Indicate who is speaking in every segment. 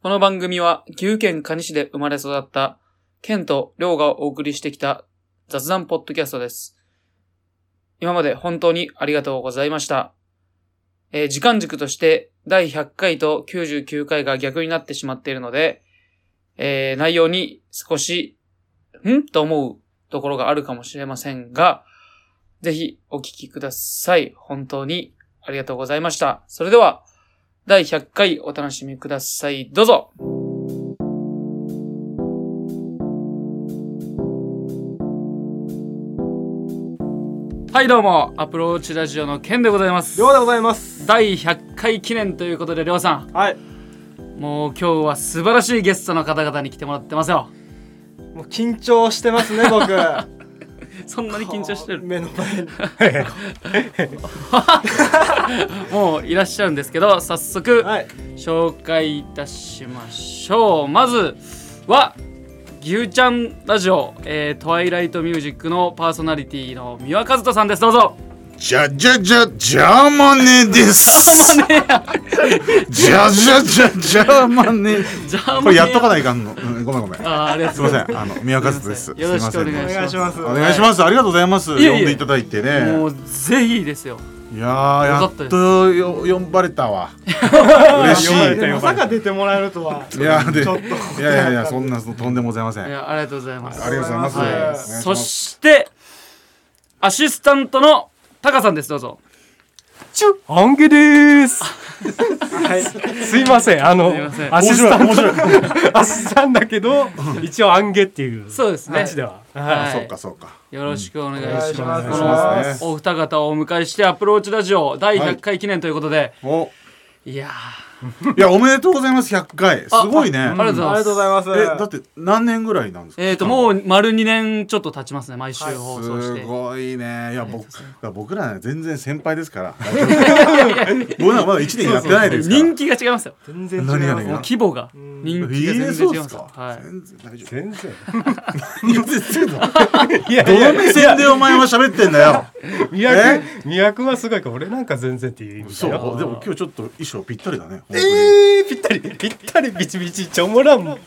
Speaker 1: この番組は、岐阜県蟹市で生まれ育った、県と亮がお送りしてきた雑談ポッドキャストです。今まで本当にありがとうございました。えー時間軸として、第100回と99回が逆になってしまっているので、えー内容に少し、んと思うところがあるかもしれませんが、ぜひお聞きください。本当にありがとうございました。それでは、第100回お楽しみください。どうぞはい、どうも、アプローチラジオのケンでございます。
Speaker 2: りょうでございます
Speaker 1: 第100回記念ということで、りょうさん、
Speaker 2: はい
Speaker 1: もう今日は素晴らしいゲストの方々に来てもらってますよ。
Speaker 2: もう緊張してますね 僕
Speaker 1: そんなに緊張してる
Speaker 2: 目の前に
Speaker 1: もういらっしゃるんですけど、早速、
Speaker 2: はい
Speaker 1: 紹介いたしましょうまずは牛ちゃんラジオ、えートワイライトミュージックのパーソナリティの三輪和人さんですどうぞ
Speaker 3: じゃじゃじゃ、ジャーマネです。じゃじゃじゃ、ジャーマネ。
Speaker 1: ジャーマ
Speaker 3: これやっとかないかんの。うんごめんごめん。す
Speaker 1: あーありが
Speaker 3: い
Speaker 1: とう
Speaker 3: ま
Speaker 1: ご
Speaker 3: せ
Speaker 1: ざいま
Speaker 3: ん。あの、宮和です。すい
Speaker 1: よろ
Speaker 3: ま
Speaker 1: しく
Speaker 3: せ
Speaker 1: お
Speaker 3: ん
Speaker 1: 願い
Speaker 2: お
Speaker 1: し
Speaker 3: ね。
Speaker 2: 願いします
Speaker 3: お願いします。ありがとうございます。呼ん
Speaker 1: いえいえ
Speaker 3: でいただいて
Speaker 1: すも
Speaker 3: ね。
Speaker 1: うぜひですよ
Speaker 3: いやー、
Speaker 1: よ
Speaker 3: や
Speaker 1: か
Speaker 3: っ
Speaker 1: ったです
Speaker 3: とよ呼ばれたわ。嬉しい。
Speaker 2: で
Speaker 3: い
Speaker 2: まさか出てもらえるとは
Speaker 3: や、で、い
Speaker 2: ちょっ
Speaker 3: や
Speaker 2: と
Speaker 3: いやいや、そんな、そとんでもございません。
Speaker 1: い
Speaker 3: あり
Speaker 1: やありがとうございます
Speaker 3: がとうございます。
Speaker 2: あ
Speaker 3: お
Speaker 2: りがとうござい
Speaker 3: 願い
Speaker 2: ま
Speaker 3: します
Speaker 1: そしてアシスタントのタカさんですどうぞ
Speaker 4: アンゲです。すいません。あの
Speaker 1: すいません
Speaker 4: アシ
Speaker 3: 面
Speaker 4: ス
Speaker 3: 白
Speaker 4: タ
Speaker 3: い、
Speaker 4: ン
Speaker 3: 面白い。
Speaker 4: トアシスタントだけど一応アンゲっていう
Speaker 1: そうですね
Speaker 4: 感じでは。
Speaker 1: は
Speaker 3: あ
Speaker 1: い
Speaker 3: そうか、そうか。
Speaker 1: よろしくお願い
Speaker 2: お願い
Speaker 1: し
Speaker 2: し
Speaker 1: ま
Speaker 2: ますす
Speaker 1: こ
Speaker 3: お願いします
Speaker 1: のお二方をお迎えしてアプローチラジオ第100回記念ということで、
Speaker 3: お、
Speaker 1: い、や
Speaker 3: いや、おめでとうございます。100回。す
Speaker 1: ー
Speaker 3: ごいね。
Speaker 1: あありがとうござい
Speaker 2: あ
Speaker 1: ます
Speaker 2: りがとうございます
Speaker 3: え、だって、何年ぐらいなんですか。
Speaker 1: えー、ともう丸2年ちょっと経ちますね毎週放送して、
Speaker 3: すごいねいや僕僕らね全然先輩ですから僕らまだ1年やってないですから
Speaker 1: 人気が違いますよ
Speaker 2: 全然違い
Speaker 3: 何が
Speaker 2: ま
Speaker 3: ね
Speaker 2: す
Speaker 1: もう規模が人気が
Speaker 3: え
Speaker 1: 全
Speaker 3: ー
Speaker 1: 然
Speaker 3: そ
Speaker 1: 違
Speaker 3: う
Speaker 1: い
Speaker 3: で
Speaker 1: ますすよ
Speaker 3: か、
Speaker 1: はい、
Speaker 3: 全然大丈
Speaker 4: 全然。
Speaker 3: 夫全然
Speaker 4: いや
Speaker 3: ど
Speaker 4: い
Speaker 3: の
Speaker 4: や
Speaker 3: 目線でお前は喋ってんだよ
Speaker 4: 宮
Speaker 3: え
Speaker 4: 古宮古はすごいから俺なんか全然っていう意味
Speaker 3: そ
Speaker 4: だ
Speaker 3: う
Speaker 4: よ。
Speaker 3: でも今日ちょっと衣装ぴったりだね、
Speaker 4: えーぴったりぴったりビチビチチョモラン。こ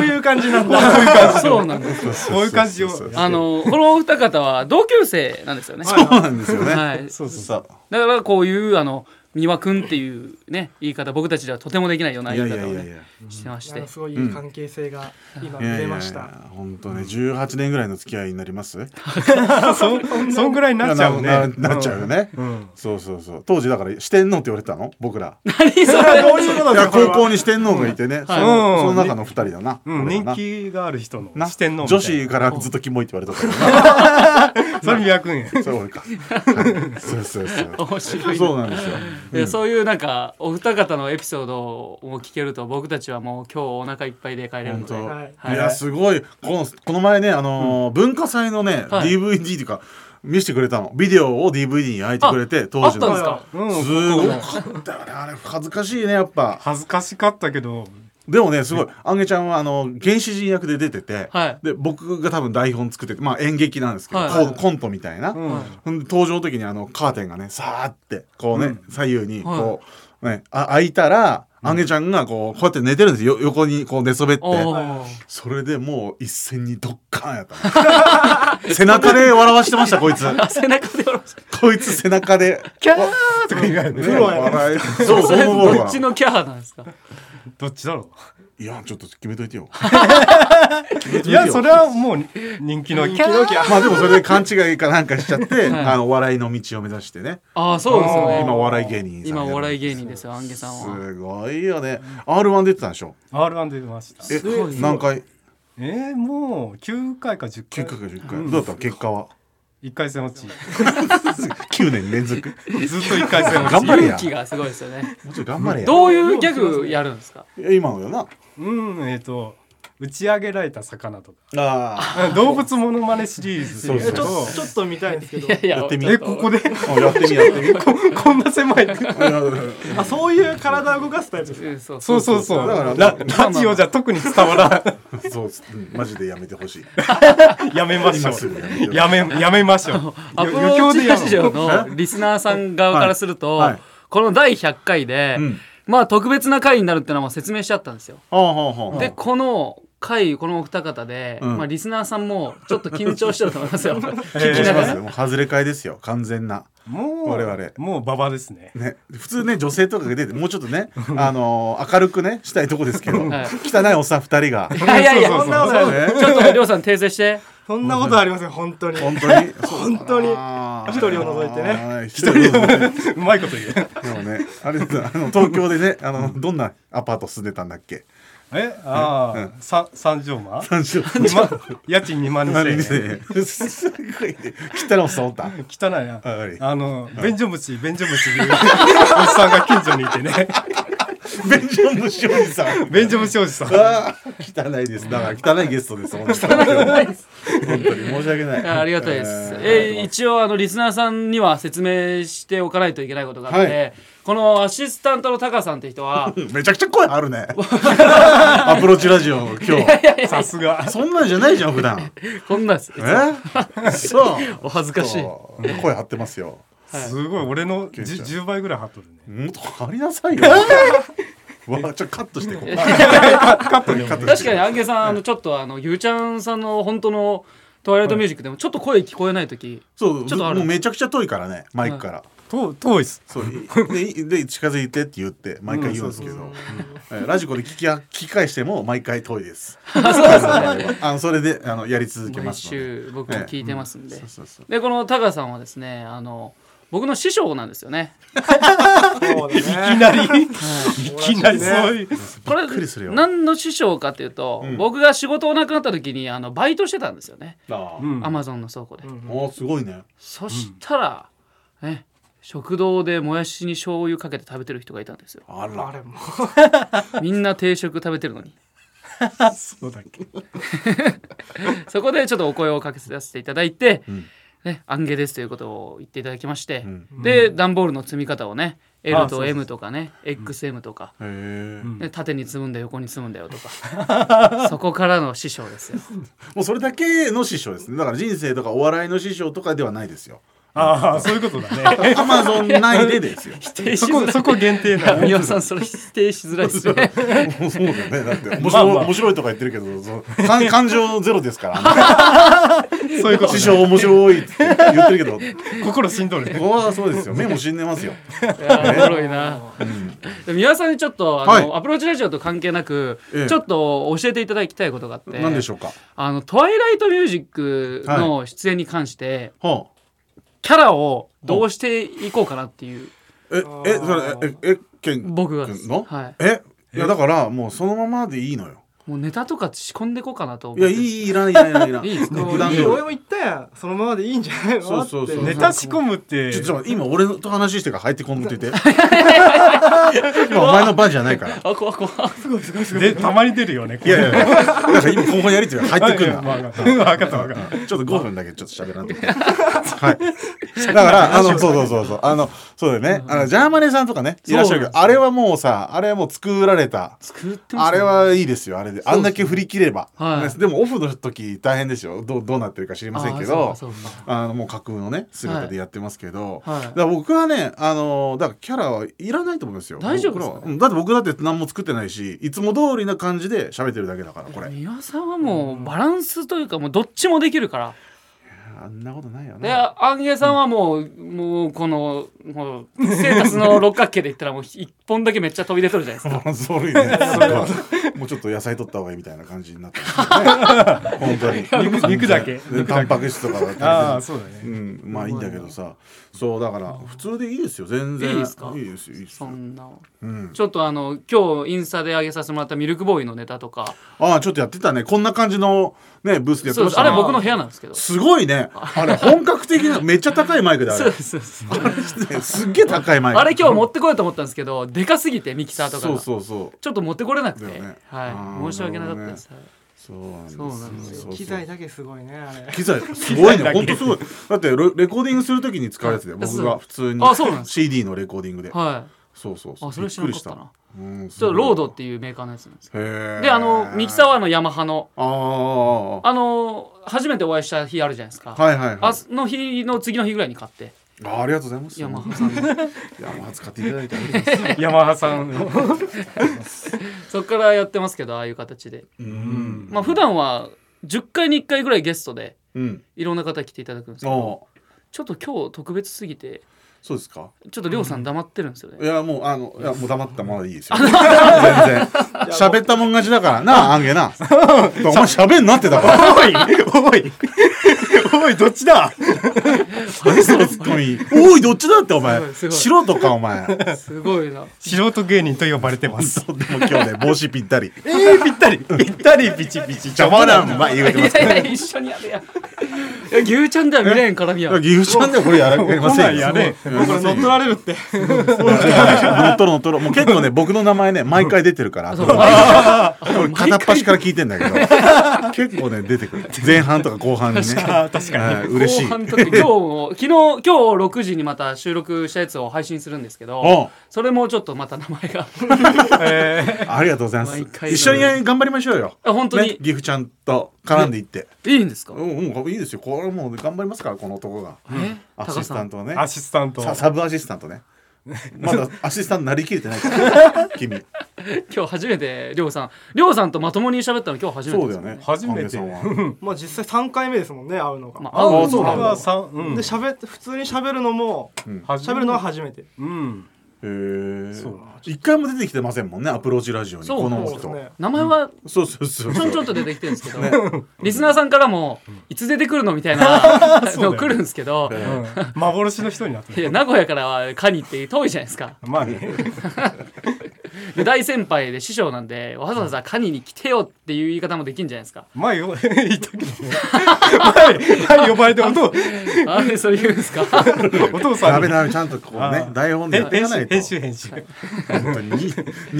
Speaker 4: ういう感じなんだ。
Speaker 1: そうなんですよ
Speaker 4: こういう感じを。
Speaker 3: そう
Speaker 1: あのこのお二方は同級生なんですよね
Speaker 3: そうなんですよね、
Speaker 1: はい
Speaker 4: そうそう
Speaker 3: さ
Speaker 1: だからこういうあの三輪くんっていうね言い方僕たちではとてもできないようない言
Speaker 3: や
Speaker 1: い
Speaker 3: いや
Speaker 1: 方を
Speaker 3: いやい
Speaker 1: ね
Speaker 3: や
Speaker 1: してまし
Speaker 2: なん
Speaker 1: て
Speaker 2: かすごいいい関係性が今
Speaker 3: いやい
Speaker 2: 出
Speaker 3: や
Speaker 2: ま
Speaker 3: い
Speaker 2: した
Speaker 3: や本当ね18年ぐらいの付き合いになります
Speaker 4: そそんぐらいになっちゃう
Speaker 3: いや
Speaker 4: ね。
Speaker 3: ななっちゃうよね、
Speaker 4: うん。
Speaker 3: そうそうそう当時だから四天王って言われてたの僕ら
Speaker 1: 何それ
Speaker 2: どういうこと
Speaker 3: い
Speaker 2: で
Speaker 3: や
Speaker 2: すかこれ
Speaker 3: 高
Speaker 2: は
Speaker 3: 校に四天王がいてね、そ
Speaker 4: うん
Speaker 3: のその中の二人だな、
Speaker 4: うん、
Speaker 3: 俺はな
Speaker 4: 人気がある人の
Speaker 3: な
Speaker 4: 四天王みたい
Speaker 3: 女
Speaker 4: な
Speaker 3: 子からずっとキモいって言われてたから
Speaker 4: それ宮君や
Speaker 3: なそれ俺か、はいそうそ うそう
Speaker 1: 面白いな
Speaker 3: そうなんですよ
Speaker 1: いやそういうなんかお二方のエピソードを聞けると僕たちはもう今日お腹いっぱいで帰れる
Speaker 3: 本
Speaker 1: の
Speaker 3: 当、
Speaker 1: で
Speaker 2: はいい、
Speaker 3: やすごいこのこの前ねあのー文化祭のね、
Speaker 1: はい
Speaker 3: DVD っていうか見せてくれたのビデオを DVD に焼いてくれて当時の
Speaker 1: あったんですか
Speaker 4: うん
Speaker 3: すごかったよねあれ恥ずかしいねやっぱ
Speaker 4: 恥ずかしかったけど
Speaker 3: でもねすごいあんげちゃんはあの原始人役で出てて、
Speaker 1: はい
Speaker 3: で僕が多分台本作っててまあ演劇なんですけど、
Speaker 1: はい
Speaker 3: ココントみたいな、
Speaker 4: うん
Speaker 3: ほんで登場の時にあのカーテンがねさーってこうね、左右に
Speaker 1: はい
Speaker 3: こう、ねあ開いたらあげちゃんがこうこうやって寝てるんですよよ横にこう寝そべって
Speaker 1: おー
Speaker 3: それでもう一戦にドッカーンやったの背中で笑わしてましたこ いつ
Speaker 1: あ 背中で下ろした
Speaker 3: こいつ背中で
Speaker 4: キャーとか言われて
Speaker 3: ね
Speaker 2: プロやね
Speaker 3: 笑いそ
Speaker 1: そ
Speaker 3: うそう
Speaker 1: れ
Speaker 3: 思う
Speaker 1: ど
Speaker 3: わ
Speaker 1: っちのキャラなんですか
Speaker 4: どっちだろ
Speaker 3: いやちょっと決めといてよ
Speaker 4: ういやそれはもう人気のキャー
Speaker 3: まあでもそれで勘違いかなんかしちゃって、あのお笑いの道を目指してね
Speaker 1: ああそうですよね
Speaker 3: 今お笑い芸人さん
Speaker 1: 今お笑い芸
Speaker 3: 人
Speaker 1: 人ですよアンゲさんは
Speaker 3: すごいよね R1 出てたんでしょ
Speaker 4: R1 出ました
Speaker 3: え
Speaker 1: ごいよ
Speaker 3: 何回
Speaker 4: えー、もう9回か10
Speaker 3: 九
Speaker 4: 回
Speaker 3: 回か十回、どうだったの結果は
Speaker 4: 1回戦落ち
Speaker 3: 九年連続
Speaker 4: ずっと1回戦落
Speaker 3: 頑張れ
Speaker 1: 勇
Speaker 3: や
Speaker 1: 気がすごいですよね
Speaker 3: もうちょい頑張れや
Speaker 1: どういうギャグやるんですか
Speaker 3: いや今のよな
Speaker 4: ちうんえっ、と打ち上げられた魚とか
Speaker 3: あ
Speaker 4: うん動物モノマネシリーズ
Speaker 3: そうそう
Speaker 2: えちょちょっと見たいんですけど
Speaker 1: いやいや
Speaker 3: やってみ
Speaker 4: えここで
Speaker 3: あやってみやってみ
Speaker 4: ここんな狭い
Speaker 2: あそういう体を動かすタイプです
Speaker 1: うんそう
Speaker 4: そうそうそう
Speaker 3: だから
Speaker 4: ララジオじゃ特に伝わらん
Speaker 3: そう、うんマジでやめてほしい
Speaker 4: やめましょ
Speaker 3: 今すぐやめて
Speaker 4: う。やめ、やめましょう。
Speaker 1: アプロ
Speaker 4: 余興
Speaker 1: ーチ
Speaker 4: でや
Speaker 1: ラ
Speaker 4: ろう
Speaker 1: ジオのリスナーさん側からすると、
Speaker 3: はいはい
Speaker 1: この第100回で、
Speaker 3: うん
Speaker 1: まあ特別な回になるってのはもう説明しちゃったんですよ。
Speaker 3: ほうほうほう
Speaker 1: で、この回、このお二方で、
Speaker 3: うん
Speaker 1: まあリスナーさんもちょっと緊張してると思いますよ。聞
Speaker 3: 緊
Speaker 1: き
Speaker 3: 張
Speaker 1: な
Speaker 3: し
Speaker 1: が
Speaker 3: ま
Speaker 1: ら
Speaker 3: す。よもう外れ替えですよ完全な
Speaker 4: もう
Speaker 3: 我々
Speaker 4: もうババですね
Speaker 3: ね、普通ね女性とかが出てもうちょっとね、あのー明るくねしたいとこですけど、
Speaker 1: はい
Speaker 3: 汚いおっさん2人が
Speaker 1: いやいやいや、
Speaker 4: そう
Speaker 2: そ
Speaker 4: そ
Speaker 2: ん
Speaker 4: う
Speaker 2: な
Speaker 4: そう
Speaker 2: ことない
Speaker 3: ね
Speaker 1: ちょっとりょうさん訂正して。
Speaker 2: そんなことありません本当に
Speaker 3: 本当に
Speaker 2: 本当に
Speaker 3: 一
Speaker 2: 一人を除いてね
Speaker 3: 一人を除いて
Speaker 4: うまいこと言う
Speaker 3: でもねあれだあの東京でねあのどんなアパート住んでたんだっけ
Speaker 4: えああ、さ三畳間
Speaker 3: 三十
Speaker 4: 二 万家賃2万
Speaker 3: 何
Speaker 4: 2000円
Speaker 3: せすごいね汚いおっさんおった
Speaker 4: 汚いな
Speaker 3: はい
Speaker 4: あの便所虫便所虫 でいうおっさんが近所にいて ね
Speaker 3: 便所虫おじさん
Speaker 4: 便所虫おじさん
Speaker 3: あー汚いですだから汚いゲストです本当に本当に申し訳ない
Speaker 1: いやありがたいです。えー
Speaker 3: えー
Speaker 1: 一応あのリスナーさんには説明しておかないといけないことがあって、
Speaker 3: は
Speaker 1: このアシスタントのタカさんって人は
Speaker 3: めちゃくちゃ声 あるねアプローチラジオ今日
Speaker 4: さすが
Speaker 3: そんなんじゃないじゃん普段
Speaker 1: こんなんです。
Speaker 3: えそう
Speaker 1: お恥ずかしい。
Speaker 3: 声張ってますよ
Speaker 4: すごい俺のじゅ
Speaker 3: ちゃん
Speaker 4: 10, 倍ぐらい張っとるね
Speaker 3: もっと張りなさい よわちょっとカットしてここカットカット
Speaker 1: 確かにアンゲさん、あのちょっとあのゆうちゃんさんの本当のトワイライトミュージックでもちょっと声聞こえない時、
Speaker 3: そう
Speaker 1: ちょっとある
Speaker 3: もうめちゃくちゃ遠いからねマイクから
Speaker 4: 遠遠いっす
Speaker 3: そうでで近づいてって言って毎回言うんですけどえラジコで聞きや聞き返しても毎回遠いですあのそれであのやり続けま
Speaker 1: 毎
Speaker 3: すので
Speaker 1: 週僕も聞いてますんで。
Speaker 3: そうそうそう
Speaker 1: でこのタカさんはですねあの僕の師匠なんですよね。
Speaker 2: そうだ
Speaker 4: いき
Speaker 2: ね
Speaker 4: なりいきなりそういう
Speaker 1: これ
Speaker 3: びっくりするよ
Speaker 1: 何の師匠かっていうと、
Speaker 3: うん
Speaker 1: 僕が仕事をなくなった時にあのバイトしてたんですよね。
Speaker 3: あ
Speaker 4: うん
Speaker 1: アマゾンの倉庫で。
Speaker 3: ーおーすごいね
Speaker 1: そしたら、ね食堂でもやしに醤油かけて食べてる人がいたんですよ
Speaker 3: あ
Speaker 2: あ
Speaker 3: ら
Speaker 2: れも
Speaker 1: みんな定食食べてるのに
Speaker 4: そうだっけ
Speaker 1: そこでちょっとお声をかけさせていただいて、
Speaker 3: うん
Speaker 1: ね、アンゲですということを言っていただきまして、
Speaker 3: うん
Speaker 1: で段ボールの積み方をね L
Speaker 4: そうそ
Speaker 1: と
Speaker 4: う
Speaker 1: M とかね XM とか、
Speaker 3: へえ
Speaker 4: ん
Speaker 1: ね縦に積むんだ横に積むんだよとか そこからの師匠ですよ
Speaker 3: もうそれだけの師匠ですねだから人生とかお笑いの師匠とかではないですよ
Speaker 4: ああそういうことだ ね
Speaker 3: アマゾン内でですよ
Speaker 1: 否定し
Speaker 4: そ
Speaker 1: づ
Speaker 4: こ
Speaker 1: らい
Speaker 4: そこ限定 なの
Speaker 1: 宮尾さんそれ否定しづらいですね
Speaker 3: もうそうだよねだって面白い、
Speaker 4: まあまあ
Speaker 3: 面白いとか言ってるけどその感 感情ゼロですからあ
Speaker 4: そういうこ
Speaker 3: の
Speaker 4: と
Speaker 3: 師
Speaker 4: ね
Speaker 3: 匠面白いって言ってるけど
Speaker 4: 心しんどるね
Speaker 3: ここはそうですよ目も死んでますよ
Speaker 1: いやーおもろいなでも岩さんにちょっとあの、
Speaker 3: はい
Speaker 1: アプローチラジオと関係なく、
Speaker 3: ええ
Speaker 1: ちょっと教えていただきたいことがあって
Speaker 3: 何でしょうか
Speaker 1: あの「トワイライトミュージック」の出演に関して、
Speaker 3: はあ
Speaker 1: キャラをどうしていこうかなっていう、
Speaker 3: ええそれえええけん
Speaker 1: 僕がです
Speaker 3: 君の、
Speaker 1: はい
Speaker 3: えいやだからもうそのままでいいのよ
Speaker 1: もうネタとか仕込んでいこうかなと思
Speaker 3: いや
Speaker 1: っ
Speaker 3: い
Speaker 1: てい
Speaker 3: いいらないいらないいらない
Speaker 1: いいですか
Speaker 3: 普段
Speaker 2: い
Speaker 3: 通
Speaker 2: い
Speaker 3: り
Speaker 2: 俺も言ったやんそのままでいいんじゃないの
Speaker 3: そうそうそう
Speaker 2: って
Speaker 4: ネタ仕込むって
Speaker 3: ちょっと待って今俺と話してから入ってこんといて 今お前の番じゃないから
Speaker 1: あ怖い怖い
Speaker 4: でたまに出るよね
Speaker 3: いやいやなんか今ここやりとりが入ってくるな
Speaker 4: 分かった分かった分かった
Speaker 3: ちょっと5分だけちょっと喋ら んと。はい。だから、あの、そうそうそうそう。あの、そうだよね。あの、ジャーマネさんとかね、いらっしゃるけど、あれはもうさ、あれはもう作られた。
Speaker 1: 作ってます
Speaker 3: あれはいいですよ、あれで。あんだけ振り切れば。
Speaker 1: はい
Speaker 3: ねでも、オフの時大変ですよ。どう、どうなってるか知りませんけ
Speaker 1: あー
Speaker 3: ど
Speaker 1: そ。うかそう
Speaker 3: あの、もう架空のね、姿でやってますけど。
Speaker 1: かはい
Speaker 3: だから僕はね、あのだからキャラはいらないと思いますよ。
Speaker 1: 大丈夫ですか
Speaker 3: 僕らはうんだって僕だって何も作ってないし、いつも通りな感じで喋ってるだけだから、これ。
Speaker 1: 宮尾さんはもうバランスというかもうどっちもできるから
Speaker 3: あんなことないよ
Speaker 1: で
Speaker 3: ね。
Speaker 1: アンゲさんはもう、もうこのもうセータスの六角形で言ったらもう一本だけめっちゃ飛び出とるじゃないですか
Speaker 3: バラン ス悪いね。もうちょっと野菜取った方がいいみたいな感じになってますね。本 当に。
Speaker 4: 肉肉だけ
Speaker 3: でタンパク質とかは
Speaker 4: ああ
Speaker 3: 食
Speaker 4: そうだね
Speaker 3: べてうん、まあいいんだけどさ。そうだから普通でいいですよ。全然
Speaker 1: いいですか
Speaker 3: いいですよ。いいです
Speaker 1: そ
Speaker 3: よ。
Speaker 1: んな
Speaker 3: うん。
Speaker 1: ちょっとあの今日インスタで上げさせてもらったミルクボーイのネタとか
Speaker 3: ああちょっとやってたね。こんな感じのねブースでやって
Speaker 1: そうで
Speaker 3: まし
Speaker 1: す
Speaker 3: た
Speaker 1: あ
Speaker 3: ね。
Speaker 1: れ僕の部屋なんですけどそ
Speaker 3: すごいね。あれ本格的なめっちゃ高いマイクだあ
Speaker 1: う
Speaker 3: れ
Speaker 1: で。すそうです
Speaker 3: すっげえ高いマイク。
Speaker 1: あれ今日持ってこようと思ったんですけどでかすぎてミキサーとか
Speaker 3: そ
Speaker 1: が
Speaker 3: うそうそう。
Speaker 1: ちょっと持ってこれなくて、
Speaker 3: だよねあ
Speaker 1: は
Speaker 3: ー
Speaker 1: い申し訳なかったです、はい
Speaker 3: そうなんです
Speaker 1: そ
Speaker 3: よ。
Speaker 1: うなんですよ
Speaker 3: そうそう
Speaker 2: 機材だけすごいねあれ
Speaker 3: 機材すごいね
Speaker 4: 機材だけ
Speaker 3: ほんとすごいだってレレコーディングするときに使うやつで
Speaker 1: あ
Speaker 3: 僕
Speaker 1: そう
Speaker 3: が普通に
Speaker 1: あそうなんです
Speaker 3: CD のレコーディングで
Speaker 1: はい
Speaker 3: そうそう
Speaker 1: あそれは知らなかったな
Speaker 3: びくりしたうん
Speaker 1: ちょっとロードっ
Speaker 3: す
Speaker 1: ていうメーカーのやつなんです
Speaker 3: ごいへえ
Speaker 1: であのミキサーはあのヤマハの
Speaker 3: あーあーあ
Speaker 1: あの初めてお会いした日あるじゃないですか、
Speaker 3: ーはいはいはい
Speaker 1: あの日の次の日ぐらいに買って
Speaker 3: あありがとうございます。
Speaker 1: ヤマハさ んの。
Speaker 3: ヤマハ使っていただいてありがとうございます。
Speaker 4: 山田さんの
Speaker 1: そっからやってますけど、 ああいう形で。
Speaker 3: うん
Speaker 1: まあ、普段は10回に1回ぐらいゲストで、
Speaker 3: うん。
Speaker 1: いろんな方来ていただくんですけ
Speaker 3: あ
Speaker 1: ど、
Speaker 3: あ、
Speaker 1: ちょっと今日特別すぎて、
Speaker 3: そうですか。
Speaker 1: ちょっとりょうさん黙ってるんですよね。
Speaker 3: いやもうあのいやもう黙ったままでいいですよ。 全然。喋ったもん勝ちだからな、あんげ な。お前喋んなってだから。
Speaker 4: おいお いおいどっちだ
Speaker 3: 何そのツッコミ。 おいどっちだってお前。
Speaker 1: すご
Speaker 3: 素
Speaker 1: いす
Speaker 3: 人かお前。ど
Speaker 1: すごいな。
Speaker 4: 素人芸人と呼ばれてます
Speaker 3: うでも今日ね帽子ぴったり。
Speaker 4: えー、ぴったりぴったりピチピチ
Speaker 3: 邪魔なんまあ言うて
Speaker 1: い
Speaker 3: ますけど。
Speaker 1: やいや、一緒にやるやん。いや、牛ちゃんでは見れん 絡みやん。
Speaker 3: 岐阜ちゃんではこれやらやりませんよ。
Speaker 4: やれ
Speaker 3: こ
Speaker 2: これ乗っ取られるって
Speaker 3: 乗っ取る乗っ取る。もう結構ね、僕の名前ね、毎回出てるから。
Speaker 1: そう
Speaker 3: 俺片っ端から聞いてんだけど、結構ね、出てくる。前半とか後半にね。
Speaker 4: あ確か
Speaker 3: はい嬉しい
Speaker 1: 後。半とか今日も 昨日今日6時にまた収録したやつを配信するんですけど
Speaker 3: お
Speaker 1: それもちょっとまた名前が
Speaker 4: に、え
Speaker 3: ありがとうございます
Speaker 1: 毎回。の
Speaker 3: 一緒に頑張りましょうよ。
Speaker 1: あ本当に
Speaker 3: ね、岐阜ちゃんと絡んでいって。
Speaker 1: いいんですか
Speaker 3: うん、うん、いいですよ。これはもう頑張りますから、この男が。
Speaker 1: え
Speaker 3: ア
Speaker 1: 高
Speaker 3: シス
Speaker 1: さ
Speaker 3: タン
Speaker 1: ん
Speaker 3: トはね
Speaker 4: ー、。アシスタント
Speaker 3: さサブアシスタントね。まだアシスタントなりきれてない から。君。
Speaker 1: 今日初めてりょうさんりょうさんとまともに喋ったの今日初め
Speaker 3: そ
Speaker 1: て
Speaker 3: う
Speaker 1: で
Speaker 3: だ
Speaker 1: す
Speaker 3: よね。
Speaker 4: 初め
Speaker 3: 神
Speaker 4: て
Speaker 3: 戸さんは
Speaker 2: まあ実際三回目ですもんね会うのが、
Speaker 1: まあ
Speaker 3: あ
Speaker 1: 合う
Speaker 3: あそう
Speaker 4: こ
Speaker 3: な
Speaker 4: れ
Speaker 3: ん
Speaker 4: は
Speaker 3: だ。
Speaker 4: さんうん
Speaker 2: で喋って普通に喋るのも
Speaker 4: 初
Speaker 2: 喋
Speaker 4: め
Speaker 2: る
Speaker 4: て
Speaker 2: のは初めて
Speaker 4: うん
Speaker 3: へえ
Speaker 4: そう。
Speaker 3: 一回も出てきてませんもんね、アプローチラジオに。
Speaker 1: そう
Speaker 3: この
Speaker 2: そうです
Speaker 3: 人。
Speaker 2: ね
Speaker 1: 名前は
Speaker 3: そうそうそう
Speaker 1: ちょ
Speaker 3: そ
Speaker 1: ん
Speaker 3: う
Speaker 1: ち。ょんと出てきてるんですけど、リスナーさんからもいつ出てくるのみたい なの来るんですけど、
Speaker 3: え
Speaker 4: うん、幻の人になって
Speaker 1: い
Speaker 4: る
Speaker 1: や名古屋からはカニって遠いじゃないですか
Speaker 4: まあね
Speaker 1: で大先輩で師匠なんでわざわざカニに来てよっていう言い方もできんじゃないですか
Speaker 4: 前よ言ったけどね前前呼ばれてお 父
Speaker 1: あれそれ言うんですか
Speaker 4: お父さ
Speaker 3: ダ
Speaker 4: ん
Speaker 3: メ
Speaker 4: に
Speaker 3: ダメちゃんとこう
Speaker 4: あ
Speaker 3: ね
Speaker 4: ー
Speaker 3: 台本でやってい
Speaker 4: 編
Speaker 3: かな
Speaker 4: 集
Speaker 3: いと
Speaker 4: 編集編集
Speaker 3: 本当にニニ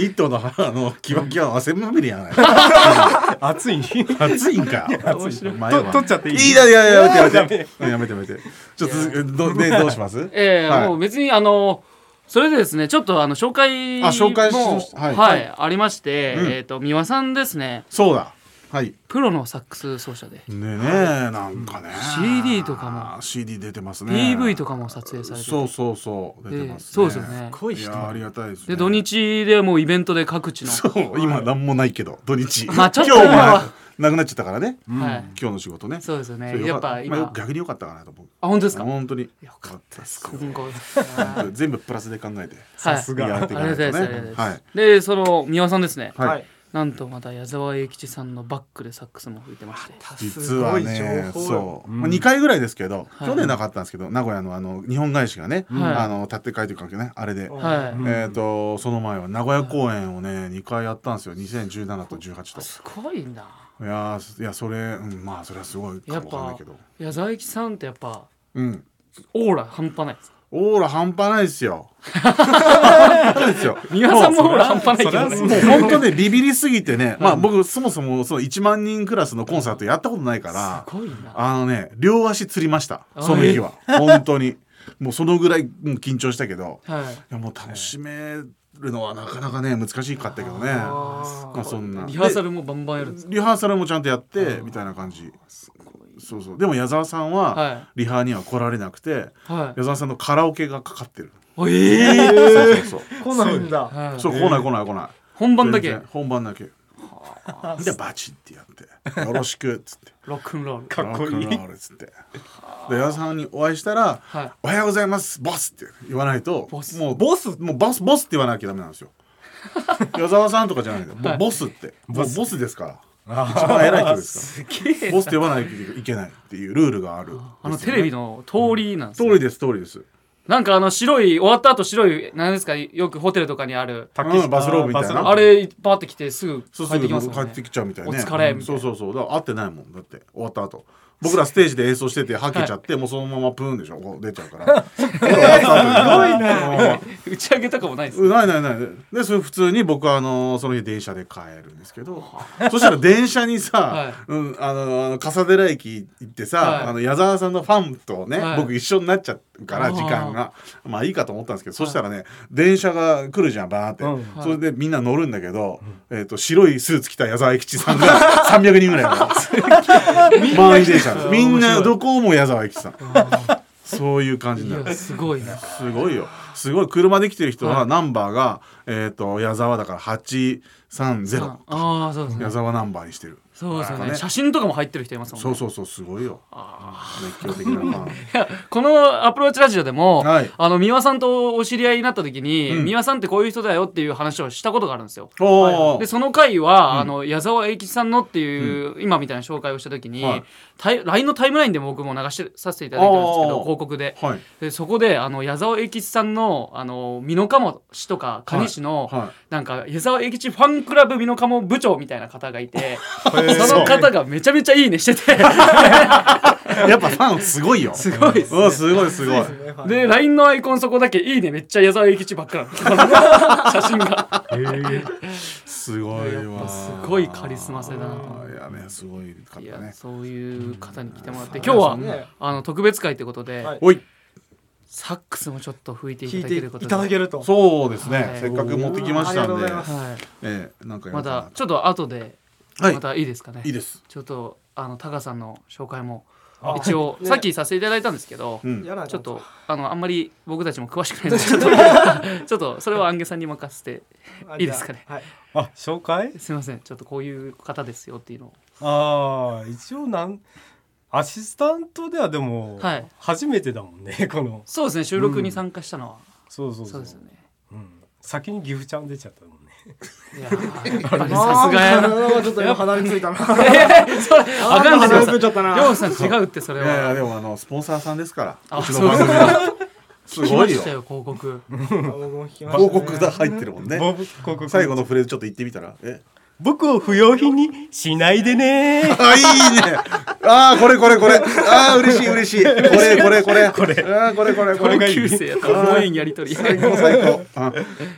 Speaker 3: ットのあのキワキワの汗まみれやない
Speaker 4: 熱 い
Speaker 3: 暑いんか
Speaker 1: 面白い
Speaker 3: 前
Speaker 4: と
Speaker 3: は
Speaker 4: 取っちゃってい
Speaker 3: い
Speaker 4: い
Speaker 3: いだいやいややめてやめてやめてやめてちょっと続けど,、ね、どうします
Speaker 1: ええ
Speaker 3: はい
Speaker 1: もう別にあのそれでですねちょっとあの紹介も
Speaker 3: あ紹介し
Speaker 1: は、
Speaker 3: はいい
Speaker 1: ありまして、
Speaker 3: うん
Speaker 1: えっ、と三輪さんですね
Speaker 3: そうだはい
Speaker 1: プロのサックス奏者で
Speaker 3: でねなんかね
Speaker 1: CD とかも
Speaker 3: CD 出てますね
Speaker 1: PV とかも撮影されてて
Speaker 3: そうそうそう出てます、ね
Speaker 1: そうですよね
Speaker 2: すごい人
Speaker 3: いやありがたいですね
Speaker 1: で土日でもうイベントで各地の
Speaker 3: そう今なんもないけど土日、
Speaker 1: まあちょっと
Speaker 3: 今日も
Speaker 1: 今は
Speaker 3: ななくなっちゃったからね
Speaker 1: はい
Speaker 3: 今日の仕事ね
Speaker 1: そうですよね
Speaker 3: そうよ
Speaker 1: や
Speaker 3: か
Speaker 1: っぱ今、
Speaker 3: まあ逆に良かったかなと思う
Speaker 1: あ本当ですか
Speaker 3: 本当に
Speaker 1: よかったです
Speaker 3: よか
Speaker 1: 今後はい
Speaker 3: ったです全部プラスで考えて
Speaker 1: さ
Speaker 4: すが
Speaker 3: やっていかないと
Speaker 1: ありがたいですありがたい
Speaker 3: ね
Speaker 1: です
Speaker 3: はい
Speaker 1: でその三輪さんですね、
Speaker 2: は
Speaker 3: はいい
Speaker 1: なんとまた矢沢永吉さんのバックでサックスも吹いてまして
Speaker 3: 実はね
Speaker 2: すごい情報
Speaker 3: そうまあ2回ぐらいですけど
Speaker 1: はい
Speaker 3: 去年なかったんですけど名古屋のあの日本返しがね
Speaker 1: はい
Speaker 3: あの建て替えというかねあれで
Speaker 2: うん
Speaker 1: はい、
Speaker 4: ん
Speaker 3: えっとその前は名古屋公演をね2回やったんですよ2017と18
Speaker 1: すごいな
Speaker 3: といやーいやそれうんまあそれはすごいかもわかんないけど
Speaker 1: 矢沢永吉さんってやっぱ
Speaker 3: うん
Speaker 1: オーラ半端ないです
Speaker 3: オーラ半端ないですよ半端ないですよ
Speaker 1: 三輪さんもオーラ半端ないけど
Speaker 4: そ
Speaker 1: ね
Speaker 4: りゃ
Speaker 3: もう本当ねビビりすぎてね、まあ僕そもそもその1万人クラスのコンサートやったことないから
Speaker 1: すごいな
Speaker 3: あのね両足つりましたその日は本当にもうそのぐらいうん緊張したけど
Speaker 1: はい
Speaker 3: いやもう楽しめるのはなかなかね難しかったけどね
Speaker 1: あ
Speaker 3: まあそんな
Speaker 1: リハーサルもバンバンやるんです
Speaker 3: でリハーサルもちゃんとやってみたいな感じそうそうでも矢沢さんは、
Speaker 1: は
Speaker 3: リハには来られなくて
Speaker 1: はい
Speaker 3: 矢沢さんのカラオケがかかってる、
Speaker 1: おええ
Speaker 3: そうそう
Speaker 2: 来ないんだ
Speaker 1: はい
Speaker 3: そうそう来ない来ない来ない
Speaker 1: 本番だけ
Speaker 3: 全然本番だけでバチってやって「よろしく」っつって
Speaker 1: ロックンロール
Speaker 3: 「か
Speaker 4: っこいい
Speaker 3: っつってで矢田さんにお会いしたら「
Speaker 1: はい
Speaker 3: おはようございますボス」って言わないと
Speaker 1: ボス
Speaker 3: もうボスもうボスボスって言わなきゃダメなんですよ矢沢さんとかじゃないんだよもうボスってもうボスですから一番偉い人ですか
Speaker 1: すげ
Speaker 3: ら
Speaker 1: え
Speaker 3: ボスって言わないといけないっていうルールがある
Speaker 1: あのテレビの通りなんです
Speaker 3: 通
Speaker 1: ね
Speaker 3: りです通りです
Speaker 1: なんかあの白い終わった後白い何ですかよくホテルとかにある
Speaker 4: 竹
Speaker 3: うんバスローブみたいな
Speaker 4: バス
Speaker 1: あれパーって来てすぐ
Speaker 3: そう
Speaker 1: 帰
Speaker 3: す
Speaker 1: って
Speaker 3: ぐ
Speaker 1: きますもん
Speaker 3: 帰
Speaker 1: ね
Speaker 3: ってきちゃうみたいね
Speaker 1: お疲れみたいな
Speaker 3: そうそうそうだから会ってないもんだって終わった後僕らステージで演奏しててはけちゃって、もうそのままプーンでしょこう出ちゃうからすごい な
Speaker 1: 打ち上げとかもないです
Speaker 3: ないないないでそれ普通に僕はあのその日電車で帰るんですけどそしたら電車にさ、
Speaker 1: はい
Speaker 3: うん、あのあの笠寺駅行ってさ、
Speaker 1: はい
Speaker 3: あの矢沢さんのファンとね、
Speaker 1: はい
Speaker 3: 僕一緒になっちゃうか
Speaker 1: あ
Speaker 3: ら
Speaker 1: ー
Speaker 3: 時間がまあいいかと思ったんですけど、そしたらね電車が来るじゃんバーって、
Speaker 4: うん
Speaker 3: それでみんな乗るんだけど、えっと白いスーツ着た矢沢永吉さんが 300人ぐらいいるの満員電車みんなどこも矢沢永吉さんそういう感じに
Speaker 1: い
Speaker 3: なる
Speaker 1: やすごいな
Speaker 3: すごいよすごい車で来てる人
Speaker 1: は
Speaker 3: はいナンバーが、えっ、と矢沢だから830
Speaker 1: ああーそうです
Speaker 3: 矢
Speaker 1: ね
Speaker 3: 沢ナンバーにしてる
Speaker 1: そうですよ
Speaker 3: ね
Speaker 1: ね写真とかも入ってる人いますもんね
Speaker 3: そうそうそうすごいよ
Speaker 1: あ
Speaker 3: 熱狂的なファン
Speaker 1: ーいやこのアプローチラジオで も、
Speaker 3: はい
Speaker 1: あの三輪さんとお知り合いになった時に、
Speaker 3: うん
Speaker 1: 三輪さんってこういう人だよっていう話をしたことがあるんですよ
Speaker 3: おー
Speaker 1: でその回は、
Speaker 3: うん
Speaker 1: あの矢沢永吉さんのっていう、今みたいな紹介をした時に、
Speaker 3: はい
Speaker 1: タイ LINE のタイムラインでも僕も流してさせていただいてるんですけ
Speaker 3: あ
Speaker 1: ど
Speaker 3: ー
Speaker 1: 広告で
Speaker 3: はい
Speaker 1: でそこであの矢沢永吉さんのあの美濃鴨市とか蟹市の、
Speaker 3: は
Speaker 1: なんか矢沢永吉ファンクラブ美濃鴨部長みたいな方がいて
Speaker 3: ー
Speaker 1: その方がめちゃめちゃいいねして て
Speaker 3: いやっぱファンすごいよ
Speaker 1: すごいです
Speaker 3: うんすごいすごい
Speaker 2: そうですねはい
Speaker 1: で LINE のアイコンそこだけ「いいね」めっちゃ矢沢永吉ばっかなの 写真が
Speaker 3: すごい
Speaker 1: やっ
Speaker 3: わ
Speaker 1: ぱすごいカリスマ性だなと
Speaker 3: いやねすごい方
Speaker 1: い
Speaker 3: だ
Speaker 1: や
Speaker 3: ね
Speaker 1: そういう方に来てもらって
Speaker 3: うん
Speaker 1: 今日は
Speaker 2: ね
Speaker 1: あの特別会ってことで、
Speaker 2: はい
Speaker 3: おい
Speaker 1: サックスもちょっと吹いていた
Speaker 2: 聞い
Speaker 1: だけ
Speaker 2: て
Speaker 1: ることで
Speaker 2: いただけると
Speaker 3: そうですね、
Speaker 1: はい
Speaker 3: せっかく持ってきまし
Speaker 2: ありが
Speaker 3: た
Speaker 2: と
Speaker 3: ん
Speaker 2: うござ
Speaker 3: で
Speaker 2: います
Speaker 1: は
Speaker 3: ええなんか
Speaker 1: い、
Speaker 3: や
Speaker 1: ま
Speaker 3: ろうかな
Speaker 1: だちょっと後で
Speaker 3: はい
Speaker 1: またいいですかね、
Speaker 3: いいです
Speaker 1: ちょっとあのタカさんの紹介も
Speaker 2: あ
Speaker 1: 一応、
Speaker 2: ね
Speaker 1: さっきさせていただいたんですけど、
Speaker 3: うん
Speaker 2: やらない
Speaker 1: ちょっ
Speaker 2: と
Speaker 1: とあのあんまり僕たちも詳しくないのでちょっとちょっとそれはアンゲさんに任せて
Speaker 2: あ
Speaker 1: いいですかね
Speaker 2: じゃあはい
Speaker 4: あ紹介
Speaker 1: すいませんちょっとこういう方ですよっていうのを
Speaker 4: ああ一応なんアシスタントではでも
Speaker 1: はい
Speaker 4: 初めてだもんね、この
Speaker 1: そうですね収録に参加したのは、
Speaker 4: そうそう
Speaker 1: そ
Speaker 4: そうう
Speaker 1: ですよね
Speaker 4: うん、先に岐阜ちゃん出ちゃったもんね
Speaker 1: いやーやっぱり
Speaker 2: あー
Speaker 1: さすがやな
Speaker 2: なんかちょっと今離れついたな
Speaker 1: それあかんでし
Speaker 2: 離れつ
Speaker 1: ょ
Speaker 2: いちゃったな
Speaker 1: りょうさん違うってそ
Speaker 3: い
Speaker 1: れ
Speaker 3: やいや
Speaker 1: は
Speaker 3: でもあのスポンサーさんですから
Speaker 1: あ
Speaker 3: うちの番組はす
Speaker 1: 聞き
Speaker 3: ご
Speaker 1: ま
Speaker 3: いよ
Speaker 1: したよ広告
Speaker 2: 僕も聞きましたね
Speaker 3: 広告が入ってるもんね
Speaker 4: 僕僕
Speaker 3: 最後のフレーズちょっと言ってみたらえ
Speaker 4: 僕を不要品にしないでね
Speaker 3: あいいねあーこれこれこれあー嬉しい嬉しいこれこれこれこれあーこれこ れこれ
Speaker 4: がいい
Speaker 1: 級生やと思えんやりとり
Speaker 3: 最高最高あ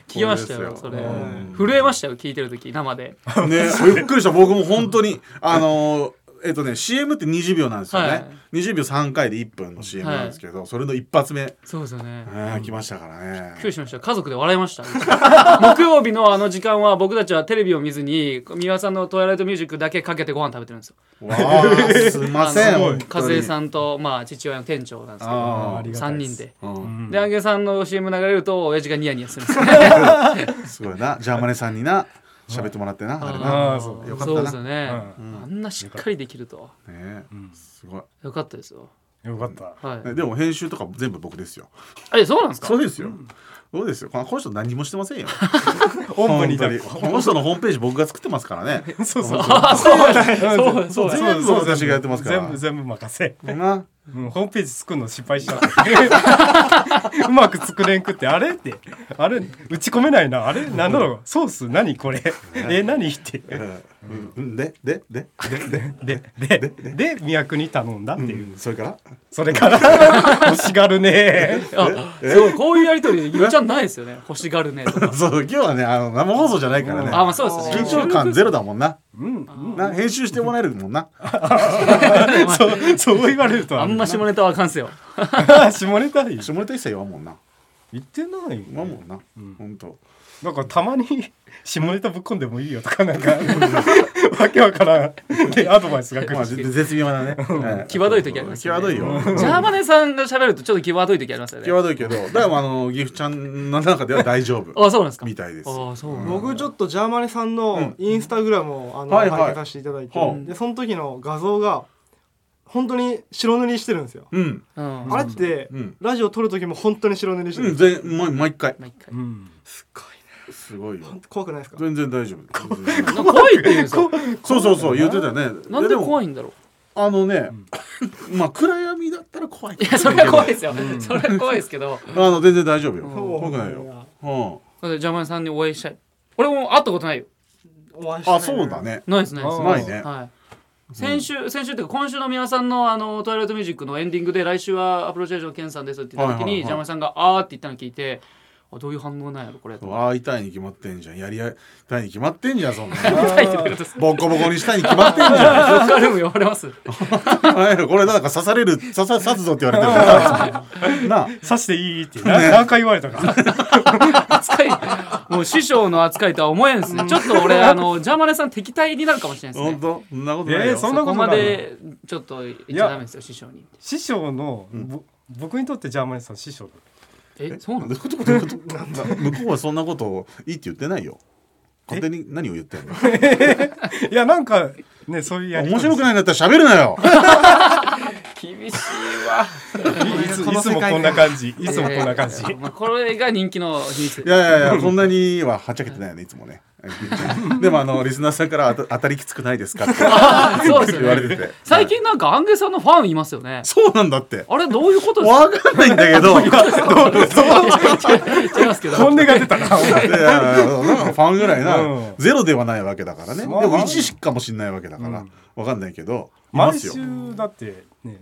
Speaker 1: 聞きましたよそれ
Speaker 3: うん
Speaker 1: 震えましたよ聞いてる時生で
Speaker 3: ね、ゆっくりした僕も本当にあのーえっとね CM って20秒なんですよね、
Speaker 1: はい
Speaker 3: 20秒3回で1分の CM なんですけど、それの一発目、
Speaker 1: そうですよね
Speaker 3: あー来ましたからね
Speaker 1: びっくりしました家族で笑いました 木曜日のあの時間は僕たちはテレビを見ずに三輪さんの「トワイライトミュージック」だけかけてご飯食べてるんですよ
Speaker 3: わーすいません
Speaker 1: あ の
Speaker 3: 本当に
Speaker 1: 和江さんと、まあ、父親の店長なんですけど
Speaker 3: あー
Speaker 4: ありがた
Speaker 1: 3
Speaker 4: いで
Speaker 1: 人
Speaker 4: す
Speaker 1: で。
Speaker 3: う、
Speaker 4: うんん
Speaker 1: で、あげさんの CM 流れると、親父がニヤニヤするんですよね。
Speaker 3: すごいなジャーマネさんにな喋ってもらってな あれな、
Speaker 4: な
Speaker 1: あー
Speaker 4: そう
Speaker 3: よかったな
Speaker 1: そうですよね。
Speaker 3: う
Speaker 1: あんなしっかりできると。
Speaker 3: ね
Speaker 4: ん
Speaker 3: すごい、
Speaker 1: よかったですよ。
Speaker 4: よかった
Speaker 1: はい
Speaker 3: ね。でも編集とか全部僕ですよ
Speaker 1: え、そうなんですか
Speaker 3: そうですよ、そうですよこのこの人何もしてませんよ
Speaker 4: おんぶに
Speaker 3: 本当
Speaker 4: 抱
Speaker 3: に
Speaker 4: っこ
Speaker 3: この人のホームページ僕が作ってますからね
Speaker 4: そうそう
Speaker 1: あ、そうだそうだ
Speaker 4: そ
Speaker 1: そううだ
Speaker 3: 全部私がやってますから
Speaker 4: 全部全部任せ、
Speaker 3: な
Speaker 4: うん、ホームページ作るの失敗しちゃった うまく作れんくってあれってあれ打ち込めないなあれなんだろうソース何これえ何って
Speaker 3: うんうん、ででで
Speaker 4: でででで三宅に頼んだっていう、
Speaker 3: うんそれから
Speaker 4: それから 欲しがるね
Speaker 1: あそうこういうやりとり、ゆうちゃんないですよね。欲しがるねとか。
Speaker 3: そう今日はねあの生放送じゃないからね、
Speaker 1: あ、まあそうですね。
Speaker 3: 緊張感ゼロだもんな
Speaker 4: うん
Speaker 3: な編集してもらえるもんな
Speaker 4: そうそう言われると
Speaker 1: あんま下ネタはあかんっすよ。
Speaker 4: 下ネタ言
Speaker 3: 下ネタ一切言わんもんな
Speaker 4: ってないよ
Speaker 3: 言わんもんな、ほんと
Speaker 4: なんかたまに 下ネタぶっこんでもいいよとかなんか わけわからんでアドバイスが来
Speaker 3: まあ
Speaker 4: る
Speaker 3: ぜ絶妙なね、ええ
Speaker 1: 際どい時ありますよね
Speaker 3: 際どいよ
Speaker 1: ジャーマネさんが喋ると、ちょっと際どい時ありますよね
Speaker 3: 際。どいけ どだからあのギフちゃんの中では大丈夫
Speaker 1: あ、そうなんですか。
Speaker 3: みたいです
Speaker 1: あ、そうなんだ。
Speaker 2: 僕ちょっとジャーマネさんのインスタグラムをあの
Speaker 3: はい
Speaker 2: 拝
Speaker 3: はい
Speaker 2: 見させていただい
Speaker 3: はあ
Speaker 2: てでその時の画像が本当に白塗りしてるんですよ
Speaker 3: うん
Speaker 1: うん
Speaker 2: あれって
Speaker 3: うん
Speaker 2: ラジオ撮る時も本当に白塗りして
Speaker 3: う
Speaker 2: る
Speaker 3: ん全毎毎 回
Speaker 1: まあ一回
Speaker 4: うん
Speaker 3: すごいよ
Speaker 2: 怖くないですか
Speaker 3: 全然大丈夫全 然
Speaker 1: なんか怖いって言うんですよ。
Speaker 3: そうそうそう言ってたよね
Speaker 1: なんで怖
Speaker 3: い
Speaker 1: いんだろう。
Speaker 3: あのね まあ暗闇だったら怖い
Speaker 1: いや、それは怖いですよ。それは怖いですけど。
Speaker 3: あの全然大丈夫よ
Speaker 1: ん
Speaker 3: 怖くないようん
Speaker 1: なのでジャーマネさんにお会いしたい。俺も会ったことないよ。
Speaker 2: お会いしたい
Speaker 3: あそうだね
Speaker 1: ないですね。
Speaker 4: あー
Speaker 3: ないね
Speaker 1: はい。先週、先週っていうか今週の皆さんのあのトワイライトミュージックのエンディングで来週はアプローチラジオのケンさんですって言った時
Speaker 3: はいはいはい
Speaker 1: にジャマイさんがあーって言ったの聞いて、あどういう反応なんやろこれ。
Speaker 3: ああ痛いに決まってんじゃんやり合いたいに決まってんじゃんそんな
Speaker 1: 痛いってどういうことですか。
Speaker 3: ボコボコにしたいに決まってん じゃ
Speaker 1: ロ
Speaker 3: ん
Speaker 1: ッカールーム呼ばれます。
Speaker 3: はいこれなんか刺される刺さ刺すぞって言われて るからなあ
Speaker 4: 刺してい いってな何回言われたか
Speaker 1: 扱い、もう師匠の扱いとは思えんですね。ちょっと俺あのジャマネさん敵対になるかもしれないです
Speaker 3: 本
Speaker 1: ね。
Speaker 3: 当そんなことない
Speaker 4: え
Speaker 3: よ
Speaker 4: ーそん
Speaker 1: そ
Speaker 4: なこ
Speaker 1: こと
Speaker 4: な
Speaker 1: ま
Speaker 4: い
Speaker 1: でちょっと言っちゃダメですよ師匠に。
Speaker 4: 師匠のぼ僕にとってジャーマネさん師匠だ
Speaker 1: えそうな
Speaker 3: ど
Speaker 1: ん
Speaker 3: うい
Speaker 1: だ
Speaker 3: うことどういうこと向こうはそんなことをいいって言ってないよ勝手に何を言ってんの
Speaker 4: いやなんかねそういうやり
Speaker 3: 面白くないんだったら喋るなよ
Speaker 1: 厳しいわ
Speaker 4: いついつもこんな感じいつもこんな感じ
Speaker 1: えーまあこれが人気の秘密
Speaker 3: いやいやいやこんなにははっちゃけてないよねいつもねでもあのリスナーさんからあた当たりきつくないですかって
Speaker 1: そうですよね
Speaker 3: 言われてて
Speaker 1: 最近なんかアンゲさんのファンいますよね
Speaker 3: そうなんだって
Speaker 1: あれどういうことですか
Speaker 3: わかんないんだけどい
Speaker 1: 違いますけど
Speaker 4: 本音が出たな
Speaker 3: やいやいやなんかファンぐらいな、
Speaker 4: うん
Speaker 3: ゼロではないわけだからねで
Speaker 4: そう
Speaker 3: も1かもしんないわけだから、わかんないけどいま
Speaker 4: 毎
Speaker 3: すよ
Speaker 4: 週だってね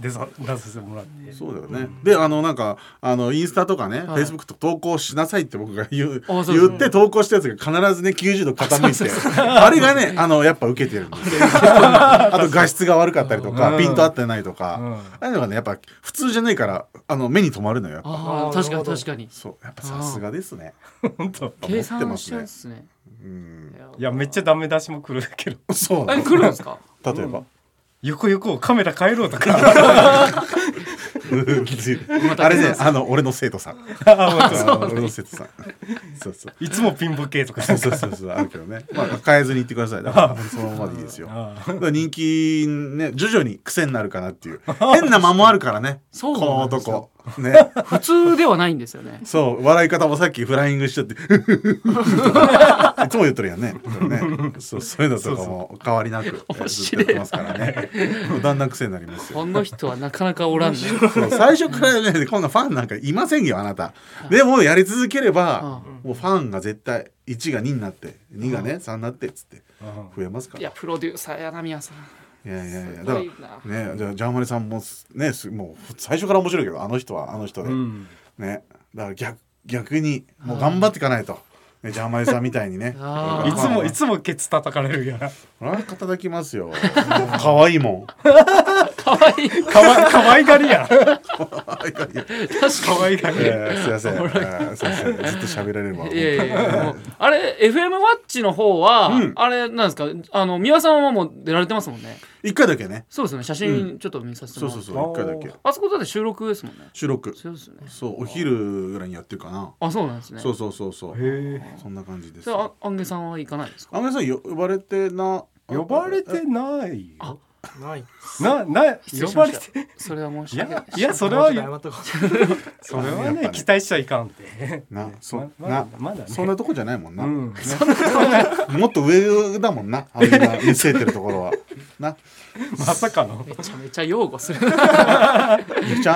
Speaker 4: 出さ出させてもらって
Speaker 3: そうだよね、であのなんかあのインスタとかね、フ
Speaker 1: はい
Speaker 3: ェイスブックと投稿しなさいって僕が言う
Speaker 1: あそうそう
Speaker 3: 言って投稿したやつが必ずね90度傾いてあれがねあのやっぱ受けてるんですよあと画質が悪かったりと
Speaker 4: う
Speaker 3: か
Speaker 4: ん
Speaker 3: ピント合ってないとか、
Speaker 4: うん
Speaker 3: ああいうのがねやっぱ普通じゃないからあの目に留まるのよやっぱ
Speaker 1: ああ確かに確かに
Speaker 3: そうやっぱさすがですね
Speaker 4: 本当
Speaker 1: 計
Speaker 3: 持って
Speaker 1: 算
Speaker 3: ま
Speaker 1: し
Speaker 3: す
Speaker 1: ちゃう
Speaker 3: ね
Speaker 1: んですね
Speaker 3: うん
Speaker 4: いやめっちゃダメ出しも来るけど
Speaker 3: そうな
Speaker 1: え
Speaker 3: の
Speaker 1: 来るんですか
Speaker 3: 例え ば、
Speaker 4: 横横カメラ変えろ とか
Speaker 3: きついあれねあの俺の生徒 さんあの俺の生徒さんそうそう
Speaker 4: いつもピンボケと か
Speaker 3: そうそうそうそうあるけどね、 まあ、変えずに言ってくださいだからそのままでいいですよ
Speaker 4: あ
Speaker 3: だから人気ね徐々に癖になるかなって いう変な間もあるからね
Speaker 1: そう
Speaker 3: この
Speaker 1: なんですよ
Speaker 3: 男ね
Speaker 1: 普通ではないんですよね
Speaker 3: そう笑い方もさっきフライングしちゃって いつも言ってるやんねねそうそういうのとかも変わりなく
Speaker 1: 面
Speaker 3: ずっと
Speaker 1: 白
Speaker 3: や
Speaker 1: い
Speaker 3: ってますからねだんだん癖になりますよ
Speaker 1: この人はなかなかお らんね
Speaker 3: そう最初からねこんなファンなんかいませんよあなたでもやり続ければもうファンが絶対1が2になって2がね3になってっつって増えますから
Speaker 1: いやプロデューサーやな宮さん
Speaker 3: いやいやいや、
Speaker 1: す
Speaker 3: だ
Speaker 1: ご
Speaker 3: から
Speaker 1: いな
Speaker 3: ね、じゃあジャーマネさんもすね、すもう最初から面白いけど、あの人はあの人で、
Speaker 4: ん
Speaker 3: ね、だから逆逆にもう頑張っていかないと。ね、ジャーマネさんみたいにね。
Speaker 1: あ
Speaker 4: あいつもいつもケツ叩かれるやな
Speaker 3: そりゃ肩抱きますよ。可愛いもん。
Speaker 1: かわいい
Speaker 4: かわ 可愛がりや
Speaker 1: 確か
Speaker 4: 可愛がり
Speaker 3: えー、すいません。えーすいません。ずっと喋られるわ。
Speaker 1: にいやいやいやもうあれ FM ワッチの方は、あれなんですかあの宮さんはもう出られてますもんね
Speaker 3: 一回だけね。
Speaker 1: そうですよね写真ちょっと見させて
Speaker 3: そ
Speaker 1: も
Speaker 3: う
Speaker 1: らっ
Speaker 3: そ
Speaker 1: て
Speaker 3: うそう、一回だけ。
Speaker 1: あそこだって収録ですもんね
Speaker 3: 収録。
Speaker 1: そうですよね
Speaker 3: そう、お昼ぐらいにやってるかな。
Speaker 1: あそうなんですね
Speaker 3: そうそうそうそう。
Speaker 4: へえ
Speaker 3: そんな感じです。
Speaker 1: それあアンゲさんは行かないですか
Speaker 3: あめさんよ呼ばれてな。
Speaker 4: 呼ばれてないよ
Speaker 2: ない
Speaker 4: なな
Speaker 1: 失礼
Speaker 4: 呼
Speaker 1: しまし
Speaker 4: ばれ
Speaker 1: た
Speaker 4: て
Speaker 1: それは申
Speaker 4: い
Speaker 1: し訳ない
Speaker 4: やいやそれは
Speaker 2: 謝ったこと
Speaker 4: それ
Speaker 3: や
Speaker 4: は
Speaker 3: っぱ
Speaker 4: ね
Speaker 3: ね
Speaker 4: 期待しちゃいかんって
Speaker 3: な、そ、
Speaker 4: ま
Speaker 3: な、
Speaker 4: まだね
Speaker 3: そんなとこじゃないもんな。
Speaker 4: うん
Speaker 3: もっと上だもんな、あんな見据えてるところは。な、
Speaker 4: まさかの
Speaker 1: めちゃめちゃ擁護する
Speaker 3: めちゃ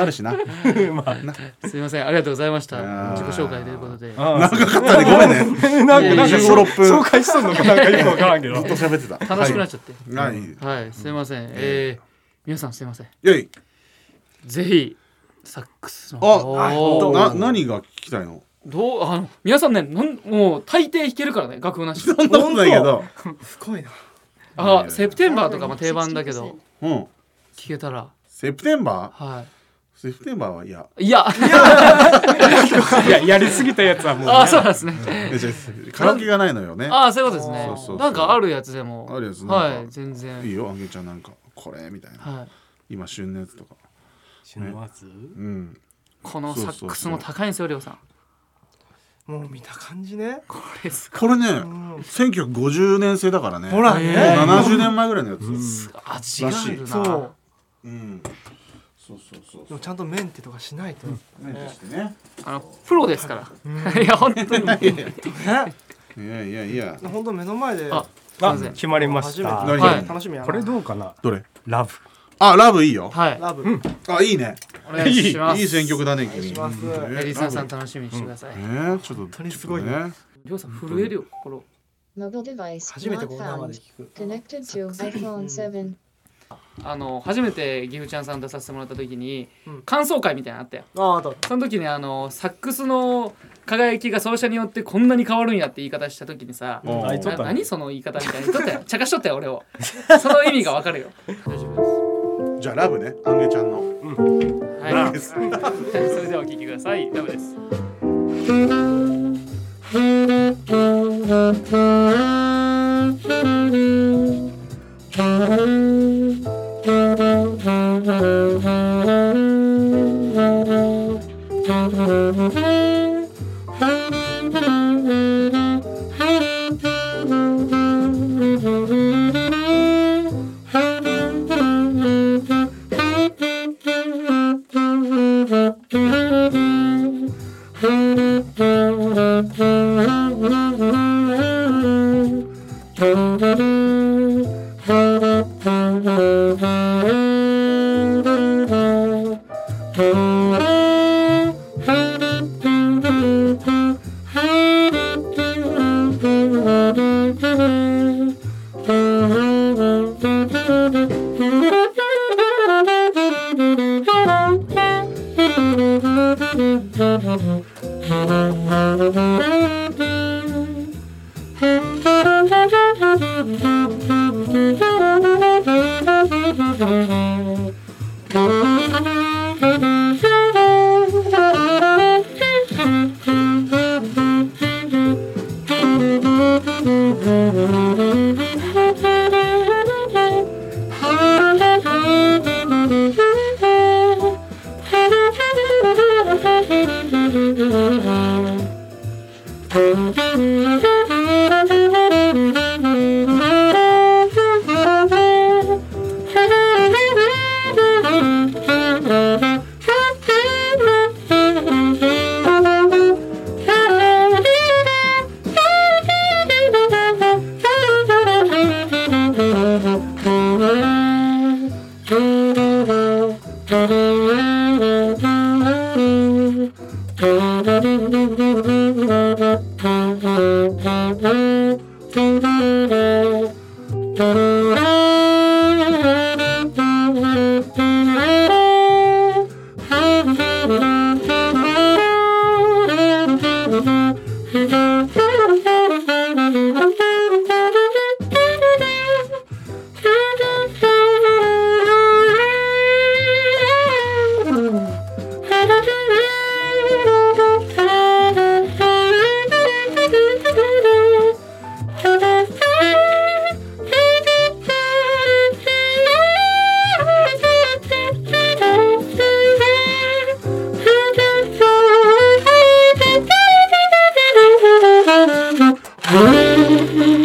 Speaker 3: あるしな。
Speaker 1: すいませんありがとうございました
Speaker 3: あー
Speaker 1: 自己紹介ということで
Speaker 4: あ
Speaker 3: 長かったね、ごめんね。ずっ
Speaker 4: なんかなんか
Speaker 3: 15 16分
Speaker 4: 紹介しとんのかなんかよくわからんけど
Speaker 3: と喋ってた。
Speaker 1: 楽しくなっちゃって
Speaker 3: はい。ない
Speaker 1: はい、すいませんえー皆さんすいません
Speaker 3: よい。
Speaker 1: ぜひサックスの
Speaker 3: あ
Speaker 1: おー
Speaker 3: な、何が聞きたいの。
Speaker 1: どうあの皆さんねなんもう大抵弾けるからね楽譜なし
Speaker 3: そんなことないけど。
Speaker 2: すごいな
Speaker 1: あセプテンバーとかも定番だけど
Speaker 3: うん。
Speaker 1: 聞けたら
Speaker 3: セプテンバ
Speaker 1: は
Speaker 3: ー。セプテンバーはいや。
Speaker 1: いいや
Speaker 4: いややりすぎたやつはもう
Speaker 1: あそうなんですね
Speaker 3: えじゃあカラオケがないのよね。
Speaker 1: あそういうことですね
Speaker 3: そうそうそう
Speaker 1: なんかあるやつでも
Speaker 3: あるやつなんか
Speaker 1: はい全然
Speaker 3: いいよ、あげちゃんなんか、これみたいな。
Speaker 1: はい
Speaker 3: 今旬のやつとか。
Speaker 4: まず
Speaker 3: うん。
Speaker 1: このサックスも高いんですよ、りょうさん。
Speaker 2: もう見た感じね
Speaker 1: これす
Speaker 3: これね
Speaker 2: ん、
Speaker 3: 1950年製だからね。
Speaker 2: ほら
Speaker 3: もう
Speaker 2: ね
Speaker 3: 70年前ぐらいのやつ。
Speaker 1: ごい味があるな。
Speaker 2: そう
Speaker 3: うん。そうそうそう
Speaker 2: で。もちゃんとメンテとかしないと
Speaker 3: 何としてね。
Speaker 1: あのプロですから。いや本当に。
Speaker 3: いやいやいや。
Speaker 2: 本当目の前で
Speaker 1: あ、すい
Speaker 4: あ
Speaker 1: ません。
Speaker 4: 決まりま
Speaker 2: 初
Speaker 4: し
Speaker 2: めて
Speaker 4: た
Speaker 3: 何
Speaker 1: はい
Speaker 2: 楽しみやな
Speaker 4: これどうかな
Speaker 3: どれ
Speaker 4: ラブ
Speaker 3: あ、ラブいいよ。
Speaker 1: はい。
Speaker 2: ラブ
Speaker 3: あ、いいね。
Speaker 1: お願いします。
Speaker 3: いい選曲だね、
Speaker 2: お願
Speaker 3: 君。
Speaker 2: いします
Speaker 3: えー
Speaker 1: えリスナーさん
Speaker 3: ラ
Speaker 1: 楽しみにしてください
Speaker 3: ブ。えー、ちょっと、本当
Speaker 2: にすごいね
Speaker 3: ね。
Speaker 1: りょうさん震えるよ心。
Speaker 5: Mobile device
Speaker 2: 初めて
Speaker 5: not
Speaker 2: こう生で
Speaker 5: found.
Speaker 2: 聞く
Speaker 5: Connected to iPhone 7.
Speaker 1: あの初めてぎふちゃんさん出させてもらった時に
Speaker 2: うん
Speaker 1: 感想会みたいなのあったよ。
Speaker 2: あああと
Speaker 1: その時にあのサックスの輝きが奏者によってこんなに変わるんやって言い方した時にさ。
Speaker 3: おー
Speaker 4: あいつ
Speaker 1: な
Speaker 4: ちょっとね
Speaker 1: 何その言い方みたいにとったよ。茶化しとったよ俺を。その意味がわかるよ。大丈夫です。
Speaker 3: じゃあ、ラブね。アンゲちゃんの。
Speaker 1: はい。それではお聞きください。ダメです。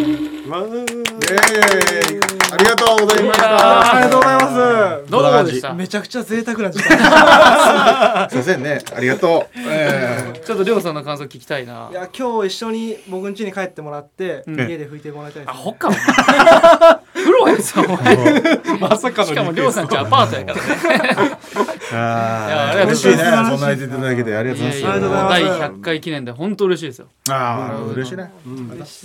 Speaker 6: イエーイありがとうございまし
Speaker 2: あり
Speaker 6: た
Speaker 2: がとうござい
Speaker 1: どうもでした
Speaker 2: ますめちゃくちゃ贅沢な時間
Speaker 6: すいませんねありがとう、え
Speaker 1: ちょっとりょうさんの感想聞きたいない
Speaker 2: や今日一緒に僕ん家に帰ってもらって
Speaker 1: うん
Speaker 2: 家で拭いてもらいたいで
Speaker 1: あ
Speaker 2: す
Speaker 1: ほっかお前プロやさお前
Speaker 4: まさかの
Speaker 1: しかもりょうさんちアパートやからね
Speaker 6: ー、あ
Speaker 1: あり
Speaker 6: ー
Speaker 1: がとうご
Speaker 6: 嬉しい
Speaker 1: ざ
Speaker 6: ね
Speaker 1: い
Speaker 6: そ
Speaker 1: ます
Speaker 6: んな相手いただけてありがとうござい
Speaker 2: や
Speaker 6: ま
Speaker 2: い
Speaker 6: す
Speaker 2: やあ
Speaker 1: 第
Speaker 2: りがとうございま
Speaker 1: 100
Speaker 2: す
Speaker 1: 回記念で本当嬉しいですよ
Speaker 6: ああ嬉しい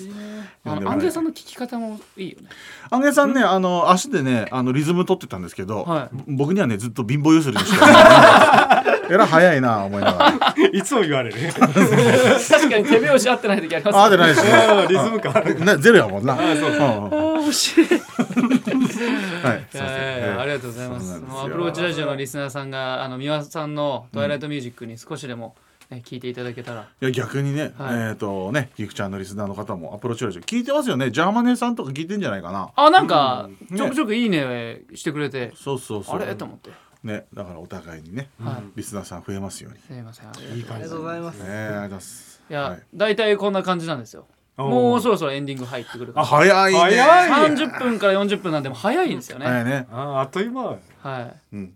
Speaker 6: ね、
Speaker 1: あのアンゲさんの聞き方もいい よね
Speaker 6: アンゲさんねあの足でねあのリズム取ってたんですけど、
Speaker 1: は
Speaker 6: 僕にはねずっと貧乏ゆすりでした。えらい早いな思いながら。
Speaker 4: いつも言われる
Speaker 1: 確かに手拍子合ってない時あります
Speaker 6: あ ーでないですね。
Speaker 4: あーリズム感
Speaker 6: なゼロやもんな。あそう
Speaker 1: 面白い
Speaker 6: はい。すいません
Speaker 1: えーありがとうございま
Speaker 6: そうな
Speaker 1: す。
Speaker 6: んですよ
Speaker 1: もうアプローチラジオのリスナーさんが、あの、三輪さんのトワイライトミュージックに少しでも、ね、聞いていただけたら。
Speaker 6: いや逆にね、
Speaker 1: はい
Speaker 6: えっ、とねゆくちゃんのリスナーの方もアプローチラジオ聞いてますよねジャーマネさんとか聞いてんじゃないかな
Speaker 1: あ、なんか、
Speaker 6: ね
Speaker 1: ちょくちょくいいねしてくれて、
Speaker 6: そうそうそう
Speaker 1: あれと思って。
Speaker 6: ねだからお互いにね、
Speaker 1: はい
Speaker 6: リスナーさん増えますように
Speaker 1: すいません。ありがとう
Speaker 4: いい感
Speaker 2: あり
Speaker 4: じ
Speaker 2: がとうございます
Speaker 6: ねありがとうございます
Speaker 1: いや
Speaker 6: い、
Speaker 1: 大体こんな感じなんですよ。もうそろそろエンディング入ってくるか
Speaker 6: あ
Speaker 1: ら。
Speaker 6: 早いね
Speaker 4: 早い
Speaker 1: 30分から40分なんでもう早いんですよ
Speaker 6: 早
Speaker 1: ね。
Speaker 6: いね
Speaker 4: あーあっという間
Speaker 1: は
Speaker 6: うん
Speaker 1: い。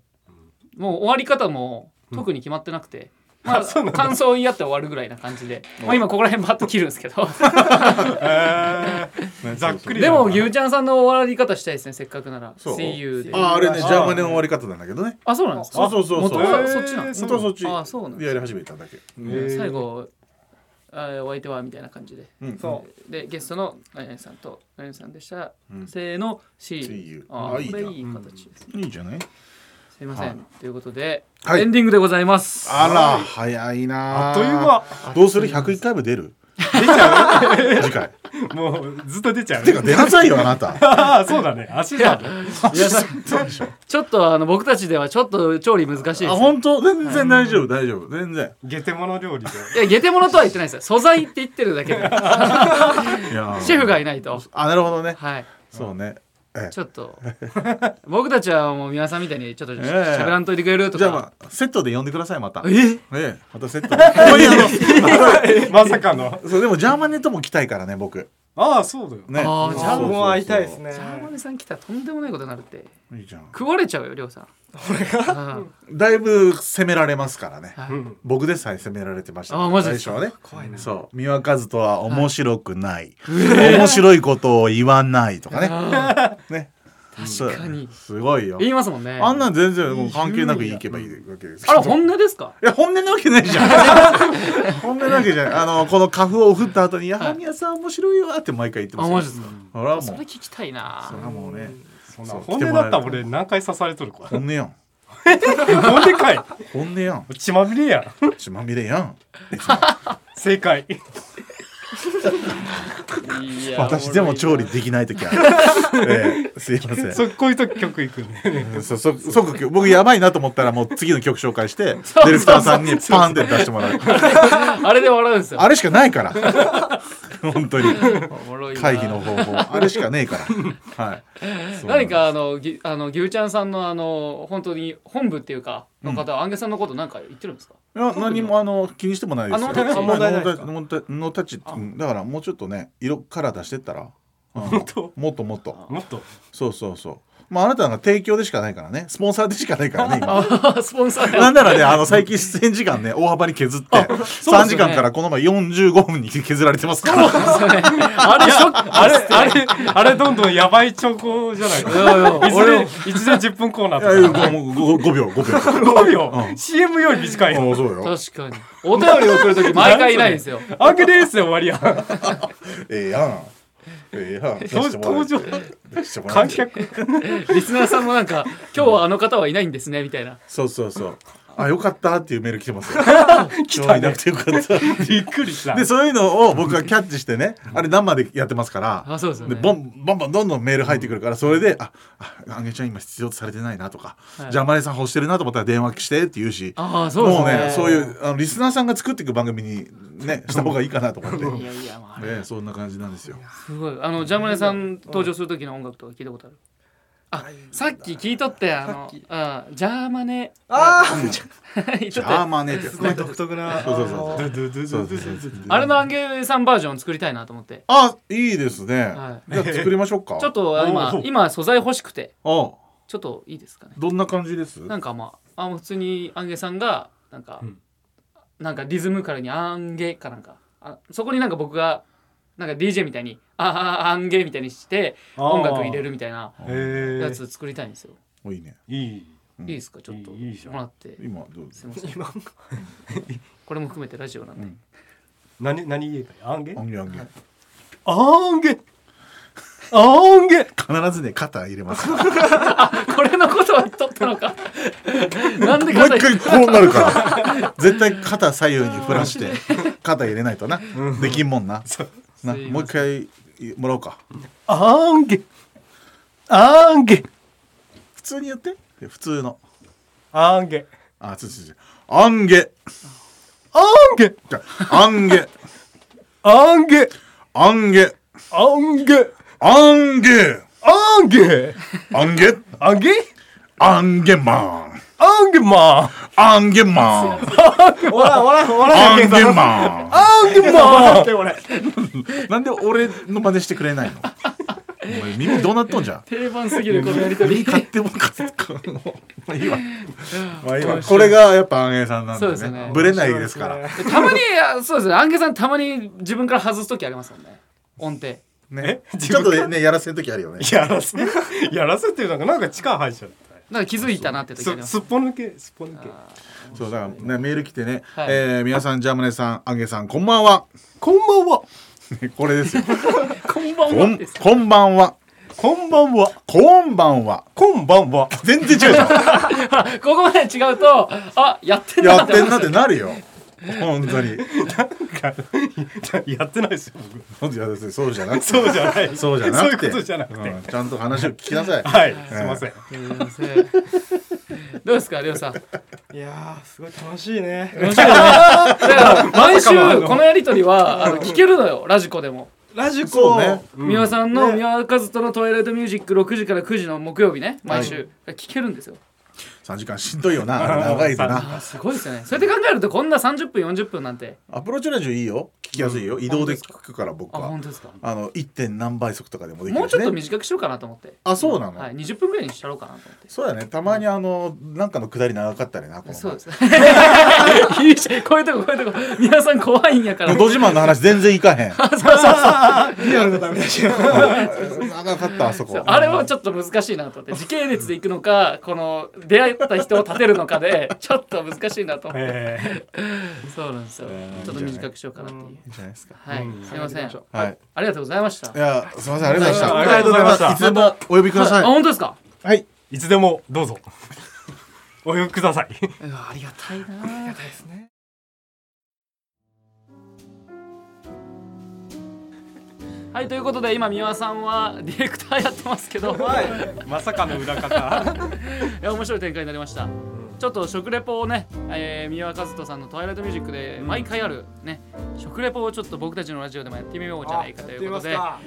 Speaker 1: もう終わり方も特に決まってなくて。まあ、
Speaker 4: そうなんだ
Speaker 1: 感想言い合って終わるぐらいな感じで、まあ、今ここら辺バッと切るんですけど
Speaker 4: えーざっくり
Speaker 1: でも、
Speaker 4: 牛
Speaker 1: 牛ちゃんさんの終わり方したいですね、せっかくなら。
Speaker 6: そう
Speaker 1: See you で。
Speaker 6: ああれね
Speaker 4: あ
Speaker 6: ジャーマネの終わり方なんだけどね
Speaker 1: あ、そうなんですか。
Speaker 6: そうそうそう
Speaker 1: 元
Speaker 6: そう
Speaker 1: は
Speaker 4: えー
Speaker 1: そっちなんです
Speaker 6: 本当はそっち
Speaker 1: あそうなんだ
Speaker 6: やり始めただけ
Speaker 4: ー
Speaker 1: 最後、あお相手はみたいな感じで。
Speaker 6: うん
Speaker 2: そ
Speaker 1: で、ゲストのナニさんとナニさんでした。
Speaker 6: うん
Speaker 1: せーの、See
Speaker 6: See you
Speaker 1: あ
Speaker 6: あいい
Speaker 1: こ
Speaker 6: な
Speaker 1: れいい形です。
Speaker 6: いいんじゃない
Speaker 1: すいま
Speaker 6: は
Speaker 1: せ
Speaker 6: い
Speaker 1: ん。ということで、
Speaker 6: はい
Speaker 1: エンディングでございます。
Speaker 6: あら早いな
Speaker 4: あっという間
Speaker 6: どうする101回も出る
Speaker 4: 出ちゃ
Speaker 6: 次回
Speaker 4: うもうずっと出ちゃう
Speaker 6: てか出なさいよあなた
Speaker 4: ああそうだね足
Speaker 1: い
Speaker 4: だ
Speaker 1: や
Speaker 4: ね、
Speaker 1: いやさちょっとあの僕たちではちょっと調理難しいです
Speaker 6: あ
Speaker 1: よ。
Speaker 6: 本当全然大丈夫大丈夫全然
Speaker 4: ゲテモノ料理で
Speaker 1: いや、ゲテモノとは言ってないですよ。素材って言ってるだけで。
Speaker 6: いやー
Speaker 1: シェフがいないと。
Speaker 6: あなるほどね
Speaker 1: はい。
Speaker 6: そうね
Speaker 1: ちょっと僕たちはもう皆さんみたいにちょっとし
Speaker 6: ええ
Speaker 1: ゃべらんといてくれると
Speaker 6: じゃあ
Speaker 1: か
Speaker 6: まあセットで呼んでくださいまたえ
Speaker 1: え
Speaker 6: えまたセットでここにあの
Speaker 4: まさかの
Speaker 6: そうでもジャーマネとも来たいからね僕
Speaker 4: ああそうだよ
Speaker 3: ね
Speaker 1: あーじゃあ
Speaker 3: そうそうそう
Speaker 2: 僕も会いたいですね
Speaker 1: ジャーマネさん来たらとんでもないことになるって
Speaker 3: いいじゃん
Speaker 1: 食われちゃうよりょうさん俺が
Speaker 3: だいぶ攻められますからね
Speaker 1: はい
Speaker 4: うん
Speaker 3: 僕でさえ攻められてましたから
Speaker 1: あマジですか
Speaker 3: 最初はね
Speaker 2: 怖いな
Speaker 3: そう三輪和人は面白くない、面白いことを言わないとかね
Speaker 1: あ
Speaker 3: ね
Speaker 1: ー確かに
Speaker 3: すごいよ
Speaker 1: 言いますもんね
Speaker 3: あんなん全然もう関係なくいけばいいわけですけ
Speaker 1: あ
Speaker 3: ど
Speaker 1: れ本音ですか
Speaker 3: いや本音なわけないじゃん 本音なわけじゃないあのこの花粉を振った後に「矢作さん面白いわ」って毎回言ってま
Speaker 1: あ
Speaker 3: す
Speaker 1: マジですか
Speaker 3: それはもう
Speaker 1: それ
Speaker 3: そ
Speaker 1: 聞きたい
Speaker 3: れ
Speaker 1: な
Speaker 3: はもうね
Speaker 4: そんな
Speaker 3: そう
Speaker 4: 本音だったら俺何回刺されとるか
Speaker 3: 本音やん
Speaker 4: 本音かい
Speaker 3: 本音やん
Speaker 4: 血まみれやん
Speaker 3: 血まみれやん
Speaker 4: 正解
Speaker 7: いや
Speaker 3: 私でも調理できない時ある、ええすいません
Speaker 4: そこういう時曲いくんだよね
Speaker 3: そそ即曲僕やばいなと思ったらもう次の曲紹介してディレクターさんにパンって出してもらう
Speaker 1: あれで笑うんですよ
Speaker 3: あれしかないから本当に
Speaker 1: おもろいな
Speaker 3: 会議の方法あれしかねえからはいそう
Speaker 1: 何かあのぎあのぎゅうちゃんさんのあの本当に本部っていうかの方は、アンゲさんのことなんか言ってるんですか
Speaker 3: いや何もあの気にしてもないですよ
Speaker 1: あノータッチ
Speaker 3: あ
Speaker 2: 問題ないですか
Speaker 3: ノータッチノータッチうんだからもうちょっとね色カラー出してったらうん
Speaker 4: 当
Speaker 3: もっともっと
Speaker 4: もっと
Speaker 3: そうそうそうまああなたが提供でしかないからねスポンサーでしかないからね今
Speaker 1: スポンサー
Speaker 3: なんならねあの最近出演時間ね大幅に削って
Speaker 1: すよね
Speaker 3: 3時間からこの前45分に削られてますから
Speaker 1: あれショック
Speaker 4: あれあれあれどんどんやばい兆候じゃない
Speaker 1: いやいや
Speaker 4: いずれいずれ10分コーナ
Speaker 3: いやい
Speaker 4: ー
Speaker 3: や
Speaker 4: とか
Speaker 3: ごごご5秒5秒
Speaker 4: 5秒
Speaker 3: うん
Speaker 4: CM より短いよ
Speaker 3: あそうよ
Speaker 1: 確かにお便り送るとき毎回いないん ですよ
Speaker 4: アンゲレースで終わりや
Speaker 3: ええやんええやん出してもら
Speaker 4: 登
Speaker 3: え
Speaker 4: 場
Speaker 3: 出してもらえ
Speaker 4: 観客
Speaker 1: リスナーさんもなんか今日はあの方はいないんですねみたいな
Speaker 3: そうそうそうあよかったっていうメール来てますよ
Speaker 4: 来
Speaker 3: 今日
Speaker 4: た
Speaker 3: いな
Speaker 4: ね
Speaker 3: くてよかった
Speaker 4: びっくりし た
Speaker 3: でそういうのを僕がキャッチしてねあれ生でやってますから
Speaker 1: あそうですよ
Speaker 3: で
Speaker 1: ね
Speaker 3: ボンボンボンどんどんメール入ってくるからそれで「あああげちゃん今必要とされてないな」とか
Speaker 1: は
Speaker 3: 「
Speaker 1: い
Speaker 3: じゃあマネさん欲してるな」と思ったら電話してって言うし
Speaker 1: ああそうです
Speaker 3: もう
Speaker 1: ね
Speaker 3: ねそういうあのリスナーさんが作っていく番組にねした方がいいかなと思って
Speaker 1: いやいやまああれ
Speaker 3: ねそんな感じなんですよ。
Speaker 1: すごいあのジャムネさん登場する時の音楽とか聞いたことあるあさっき聞いとってあのあジャーマネ
Speaker 2: あ
Speaker 1: 言っ
Speaker 3: ジ
Speaker 1: と
Speaker 3: ャ
Speaker 1: って
Speaker 3: ーマネってやつ
Speaker 2: あ
Speaker 3: ね。
Speaker 2: 独特な
Speaker 3: そうそうそう
Speaker 2: あの
Speaker 3: そうそうそう
Speaker 1: あれのアンゲさんバージョン作りたいなと思って
Speaker 3: あいいですね。
Speaker 1: は
Speaker 3: じゃあ作りましょうか。
Speaker 1: ちょっとあ今今素材欲しくて
Speaker 3: あ
Speaker 1: ちょっといいですかね
Speaker 3: どんな感じです？
Speaker 1: なんかまああ普通にアンゲさんがなんか、
Speaker 4: うん
Speaker 1: なんかリズムからにアンゲかなんかあそこになんか僕がなんか DJ みたいにああアンゲみたいにして音楽入れるみたいな
Speaker 4: へ
Speaker 1: や
Speaker 4: え
Speaker 1: つ作りたいんですよ、
Speaker 3: おいいね。
Speaker 4: いい
Speaker 1: いいですかちょっと
Speaker 4: いいいいじゃん
Speaker 1: もらって
Speaker 3: 今どうです
Speaker 1: すみません これも含めてラジオなんで、
Speaker 4: 何何言えばいいアンゲ
Speaker 3: あんげあんげ。
Speaker 4: アンゲアンゲ
Speaker 3: 必ずね肩入れます。もう
Speaker 1: これのことは取ったの かなんで
Speaker 3: 一
Speaker 1: 肩
Speaker 3: 回こうなるから。 絶対肩左右に振らして肩入れないとな。できんもんな。な
Speaker 1: すいません
Speaker 3: もう一回もらおうか。
Speaker 4: アンゲアンゲ
Speaker 3: 普通に言って。普通の。
Speaker 4: アンゲ
Speaker 3: あつつつ。あんげ。
Speaker 4: アンゲ
Speaker 3: じゃあんげ。
Speaker 4: アンゲ
Speaker 3: あんげ。
Speaker 4: アンゲ
Speaker 3: あんげ。
Speaker 4: アンゲ
Speaker 3: あんげ。
Speaker 4: アンゲ
Speaker 3: あんげマン。
Speaker 4: アンゲマン
Speaker 3: あんげマン。
Speaker 2: おらんおらんおら
Speaker 3: あ
Speaker 2: ん
Speaker 3: ん
Speaker 2: けん
Speaker 3: げマン。
Speaker 4: アンゲマン
Speaker 2: で俺
Speaker 3: なんで俺の真似してくれないのお前耳どうなっとんじゃん
Speaker 1: 定番すぎるこのやりとり
Speaker 3: 買っても買ってもまあ いいわまあいいわこれがやっぱアンゲさんなん
Speaker 1: そう
Speaker 3: で
Speaker 1: ですよ
Speaker 3: ね
Speaker 1: ね
Speaker 3: ぶれないですから
Speaker 1: たまにあそうですねアンゲさんたまに自分から外す時ありますもんね音程
Speaker 3: ねちょっとねやらせる時あるよね
Speaker 4: やらせ やらせっていうのがなんか力入っちゃう
Speaker 1: なんか気づいたなって時あり
Speaker 4: す
Speaker 1: ます
Speaker 4: すっぽ抜けすっぽ抜け
Speaker 3: そうだからねメール来てね
Speaker 1: はい
Speaker 3: えー皆さんジャムネさんアンゲさんこんばんは
Speaker 4: こんばんは
Speaker 3: これですよ
Speaker 1: こんばん
Speaker 3: こ
Speaker 1: は
Speaker 3: ん
Speaker 1: です
Speaker 3: こんばんは
Speaker 4: こんばんは
Speaker 3: こんばんは
Speaker 4: こんばんは
Speaker 3: 全然違うじゃん
Speaker 1: ここまで違うとあやってんなっ
Speaker 3: やってて
Speaker 1: 思
Speaker 3: ん
Speaker 1: いま
Speaker 3: な
Speaker 1: す
Speaker 3: って
Speaker 1: よ
Speaker 3: なるよ本当に
Speaker 4: やってないですよ僕
Speaker 3: 本当にやらせそうじゃなくて
Speaker 4: そうじゃない
Speaker 3: そうじゃなくて
Speaker 4: そういうことじゃなくて
Speaker 3: うんちゃんと話を聞きなさい
Speaker 4: はいすいません
Speaker 1: すいませんどうですかりょうさん
Speaker 2: いやーすごい楽しいね
Speaker 1: 面白いねだから毎週
Speaker 4: まさかのあの
Speaker 1: このやりとりはあの聞けるのよラジコでも
Speaker 2: ラジ
Speaker 3: そ
Speaker 2: コ
Speaker 3: うね
Speaker 1: 三輪さんの
Speaker 2: ね
Speaker 1: 三輪和人のトイレットミュージック6時から9時の木曜日ね毎週聞けるんですよ
Speaker 3: 3時間しんどいよな長いで な
Speaker 1: あすごいですよねそうやって考えるとこんな30分40分なんて
Speaker 3: アプローチラジオいいよ聞きやすいよ、移動で聞くから僕
Speaker 1: あ
Speaker 3: は
Speaker 1: 本当ですか
Speaker 3: あの 1. 点何倍速とかでもでき
Speaker 1: もう
Speaker 3: る
Speaker 1: ち
Speaker 3: し
Speaker 1: ょっと
Speaker 3: ね
Speaker 1: 短くしようかなと思って
Speaker 3: あそうなの、
Speaker 1: はい20分ぐらいにしちゃろうかなと思って
Speaker 3: そうやねたまにあのなんかの下り長かったりなこの
Speaker 1: そうです いいじゃんこういうとここういうとこ皆さん怖いんやから
Speaker 3: もうド自慢の話全然いかへん
Speaker 2: リアルなダメ出しが
Speaker 3: 長かったあそこ
Speaker 1: そうあれはちょっと難しいなと思って時系列で行くのかこの出会った人を立てるのか でちょっと難しいなと思って
Speaker 4: え
Speaker 1: そうなんですよ
Speaker 3: えー
Speaker 1: ちょっと短くしようかなっていう
Speaker 3: いいじゃないですか
Speaker 1: はいすいません
Speaker 3: はい
Speaker 1: ありがとうございました
Speaker 3: いやすみませんありがとうございました
Speaker 4: ありがとうございました
Speaker 3: いつでもお呼びくださ
Speaker 1: あ
Speaker 3: い
Speaker 1: 本当ですか
Speaker 3: はい
Speaker 4: ーいつでもどうぞお呼びください
Speaker 2: ありがたいなありがたいですね
Speaker 1: はいということで今三輪さんはディレクターやってます けど
Speaker 4: まさかの裏方
Speaker 1: いや面白い展開になりました、ちょっと食レポをね、えー、三輪和人さんの「トワイライトミュージック」で毎回あるね、食レポをちょっと僕たちのラジオでもやってみようじゃないかということで
Speaker 2: あ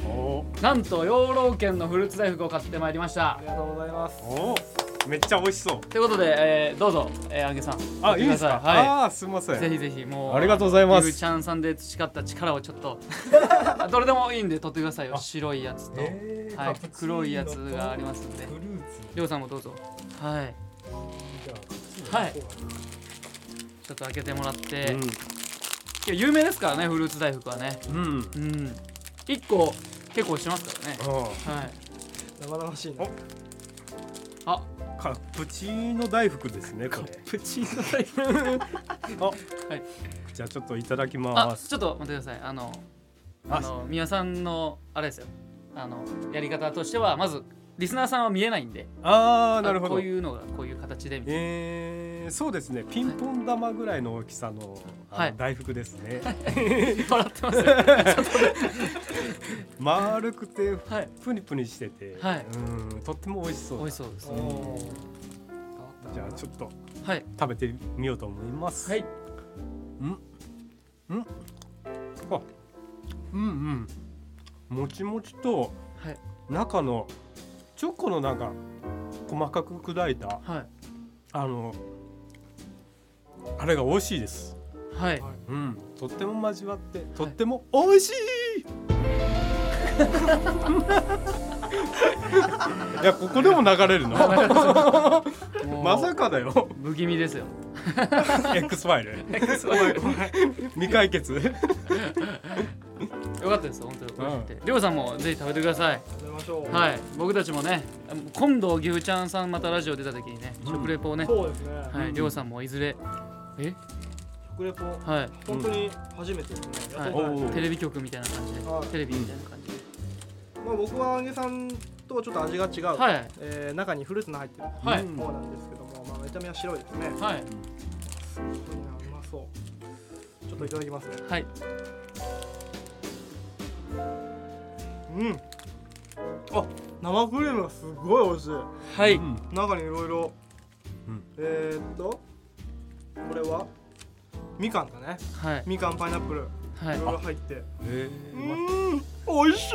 Speaker 1: なんと養老軒のフルーツ大福を買ってまいりました
Speaker 2: りがとうございます
Speaker 4: おーめっちゃ美味しそう
Speaker 1: ということで、えーどうぞ、えー、あげさん
Speaker 4: あいいですか、
Speaker 1: は
Speaker 4: あーすいませ
Speaker 1: いぜ
Speaker 4: ん
Speaker 1: ひぜひもう
Speaker 4: ありがとうございま
Speaker 1: ゆう
Speaker 4: す
Speaker 1: ちゃんさんで培った力をちょっと あどれでもいいんで取ってくださいよ白いやつと、
Speaker 4: えー
Speaker 1: はい、黒いやつがありますんで
Speaker 4: フルーツ
Speaker 1: りょうさんもどうぞはいはいちょっと開けてもらって、いや有名ですからねフルーツ大福はね
Speaker 4: うん、うん
Speaker 1: うん1個結構しますからねはい
Speaker 2: 生々しいな
Speaker 4: カプチーノ大福ですねこれ
Speaker 1: プチーノ大福
Speaker 4: じゃあちょっといただきま
Speaker 1: あ
Speaker 4: す
Speaker 1: ちょっと待ってくださいあの
Speaker 4: あ
Speaker 1: あの宮さんのあれですよあのやり方としてはまずリスナーさんは見えないんで
Speaker 4: ああーなるほど
Speaker 1: こういうのがこういう形でみたいな
Speaker 4: えー、そうですねピンポン玉ぐらいの大きさの,、
Speaker 1: は
Speaker 4: あ
Speaker 1: い
Speaker 4: の大福ですね、
Speaker 1: 笑ってますよ
Speaker 4: 丸くて
Speaker 1: はい
Speaker 4: プニプニしてて、
Speaker 1: はい
Speaker 4: うんとっても美味しそう
Speaker 1: 美
Speaker 4: だ
Speaker 1: 味しそうですね
Speaker 4: おーじゃあちょっと
Speaker 1: はい
Speaker 4: 食べてみようと思います
Speaker 1: はい
Speaker 4: あうんうんもちもちと
Speaker 1: はい
Speaker 4: 中のチョコのなんか細かく砕いた
Speaker 1: はい
Speaker 4: あのあれが美味しいです
Speaker 1: はい
Speaker 4: うんとっても交わってとっても美味しい、 い、やここでも流れ るのまさかだよ
Speaker 1: 不気味ですよ
Speaker 4: X ファイル 未解決
Speaker 1: よかったです本当に美味しくてりょうさんもぜひ食べてください
Speaker 2: 食べましょう
Speaker 1: はい僕たちもね今度ぎゅうちゃんさんまたラジオ出た時にね食レポをね
Speaker 2: そうですね
Speaker 1: はいりょうさんもいずれえ
Speaker 2: 食レポ
Speaker 1: はい
Speaker 2: 本当に初めてですねやったことない
Speaker 4: お
Speaker 1: は
Speaker 4: ー
Speaker 1: いテレビ局みたいな感じで
Speaker 2: はい
Speaker 1: テレビみたいな感じで
Speaker 2: まあ僕は揚げさんとはちょっと味が違う
Speaker 1: はい
Speaker 2: えー中にフルーツの入ってる
Speaker 1: は
Speaker 4: う
Speaker 1: い
Speaker 4: ん
Speaker 2: 方なんですけどもまあ見た目は白いですね
Speaker 1: はい
Speaker 2: いやうまそうちょっといただきますね
Speaker 1: はい
Speaker 2: うんあ生クリームがすごい美味しい
Speaker 1: は
Speaker 4: う
Speaker 1: い
Speaker 4: ん
Speaker 2: 中にいろいろ
Speaker 4: うん
Speaker 2: えー、っとこれはみかんだね
Speaker 1: はい
Speaker 2: みかんパイナップル
Speaker 1: はい
Speaker 2: いろいろ入って
Speaker 4: え
Speaker 2: う
Speaker 4: ーま
Speaker 2: ーん美味しい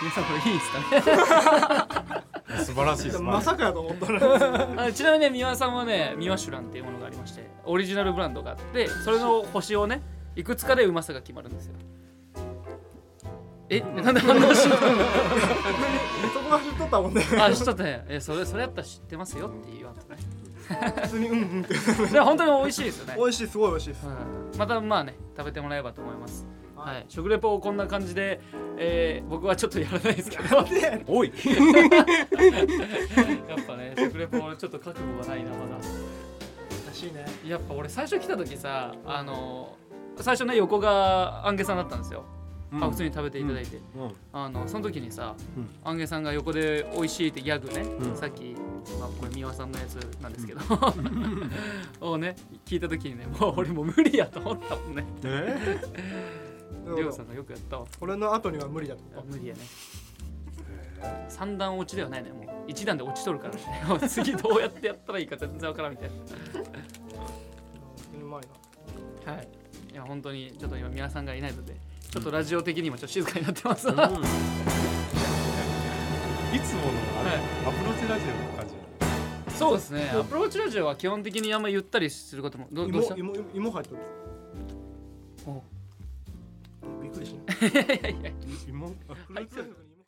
Speaker 1: 皆さんこれいいですかね
Speaker 4: 素晴らしいです
Speaker 2: まさかやと思ったね
Speaker 1: あちなみにね三輪さんはねミワシュランっていうものがありましてオリジナルブランドがあってそれの星をねいくつかでうまさが決まるんですよえなんで反応しない
Speaker 2: そこは知っとったもんね
Speaker 1: あ知っとったねえそれそれやったら知ってますよって言わんとね
Speaker 2: 普通にうんうんって
Speaker 1: で本当に美味しいですよね
Speaker 2: 美味しいすごい美味しいです
Speaker 1: うんまたまあね食べてもらえばと思います
Speaker 2: は
Speaker 1: はいい、食レポをこんな感じで、えー僕はちょっとやらないですけどやっ
Speaker 4: おい
Speaker 1: ぱね食レポ俺ちょっと覚悟がないなまだ
Speaker 2: 難しいね
Speaker 1: やっぱ俺最初来た時さあの最初ね横があんげさんだったんですよ、あ普通に食べていただいて、
Speaker 4: うん
Speaker 1: あのその時にさ、
Speaker 4: うん
Speaker 1: あんげさんが横で美味しいってギャグね、
Speaker 4: うん
Speaker 1: さっき、まあ、これ三輪さんのやつなんですけど、 をね聞いた時にねもう俺もう無理やと思ったもんね
Speaker 4: え
Speaker 1: りょうさんがよくやったわ
Speaker 2: これの後には無理だと
Speaker 1: あ無理やね三段落ちではないねもう一段で落ちとるからね もう次どうやってやったらいいか全然わからんみたい
Speaker 2: うんうまいな
Speaker 1: なはいいや本当にちょっと今皆さんがいないのでちょっとラジオ的にもちょっと静かになってます、
Speaker 4: いつものあれ、
Speaker 1: はい
Speaker 4: アプローチラジオの感じ
Speaker 1: そうですね。アプローチラジオは基本的にあんまゆったりすることもどどうした
Speaker 2: 芋芋芋入っとる
Speaker 1: お
Speaker 2: びっくりしない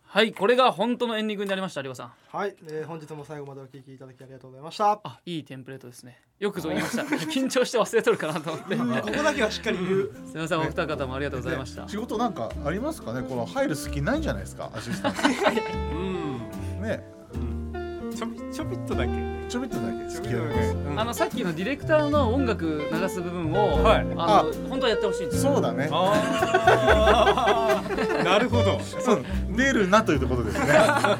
Speaker 1: はい、これが本当のエンディングになりました、りょうさん。
Speaker 2: はい、えー、本日も最後までお聞きいただきありがとうございました
Speaker 1: あ、いいテンプレートですね。よくぞ言いました。 緊張して忘れとるかなと思って。
Speaker 2: ここだけはしっかり言う
Speaker 1: すみません、お二方もありがとうございま した。
Speaker 3: 仕事なんかありますかねこの入る隙ないんじゃないですかアシスタントね
Speaker 4: ちょびちょびっとだけ
Speaker 3: ちょびっとだけ
Speaker 4: ちょ
Speaker 3: 隙
Speaker 4: び
Speaker 3: あ
Speaker 4: っ
Speaker 3: り
Speaker 4: と
Speaker 3: ま
Speaker 4: だけ
Speaker 3: す
Speaker 4: うん
Speaker 1: あのさっきのディレクターの音楽流す部分を、
Speaker 4: はい
Speaker 1: あの本当はやってほしいんですよ。
Speaker 3: そうだね
Speaker 4: あ ーなるほど
Speaker 3: そう出るなということですね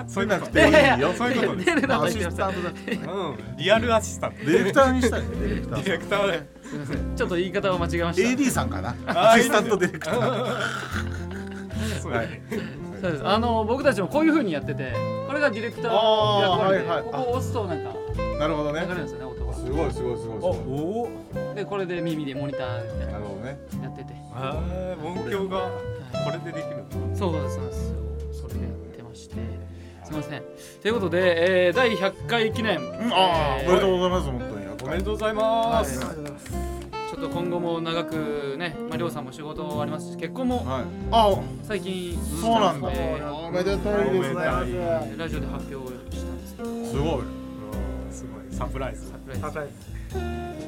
Speaker 4: そ
Speaker 3: 出
Speaker 4: ういう
Speaker 3: な
Speaker 4: こ
Speaker 3: く
Speaker 4: と
Speaker 3: てもいいよ
Speaker 4: そういうことです
Speaker 1: 出るなと言
Speaker 3: ア
Speaker 1: っ
Speaker 3: シ
Speaker 1: てまし
Speaker 3: スタ
Speaker 1: た
Speaker 3: ン。トだデ
Speaker 4: うんリアルアシスタント
Speaker 3: ィレクターにしたいねディレクタ
Speaker 4: ディ
Speaker 3: ー
Speaker 4: レクターで。
Speaker 1: すみません、ちょっと言い方を間違えました。
Speaker 3: AD さんかな
Speaker 4: あ
Speaker 3: ア
Speaker 4: ーい
Speaker 3: シ
Speaker 4: いです
Speaker 3: スタン
Speaker 4: よ
Speaker 3: トディレクター
Speaker 4: そうだね
Speaker 1: そうですあの僕たちもこういう風にやってて、これがディレクターの役割で、
Speaker 3: あーはいはい
Speaker 1: ここを押すとなんか
Speaker 3: なるほど
Speaker 1: 流
Speaker 3: ね
Speaker 1: れるんですよね、音
Speaker 3: すごいすごいすごいすごい
Speaker 4: お
Speaker 1: が。で、これで耳でモニターみたい
Speaker 3: なるほどね
Speaker 1: なやってて。
Speaker 4: あー音響がこれでできるの
Speaker 1: そうですそうですそれでやってましてすみませんということで、えー、第100回記念、
Speaker 3: お
Speaker 1: あ
Speaker 3: めでとうございます本当に
Speaker 4: おめでとうございます
Speaker 2: ありがとうございます
Speaker 1: ちょっと今後も長くね、まあ、りょうさんも仕事ありますし結婚も
Speaker 3: はいあ
Speaker 1: 最近
Speaker 3: そうなんだ
Speaker 1: え
Speaker 3: おめでたいですね
Speaker 4: おめでたい
Speaker 1: ーラジオで発表したんですけど
Speaker 3: すごい
Speaker 4: うんすごいサプライズ
Speaker 1: サプライズ
Speaker 2: 高い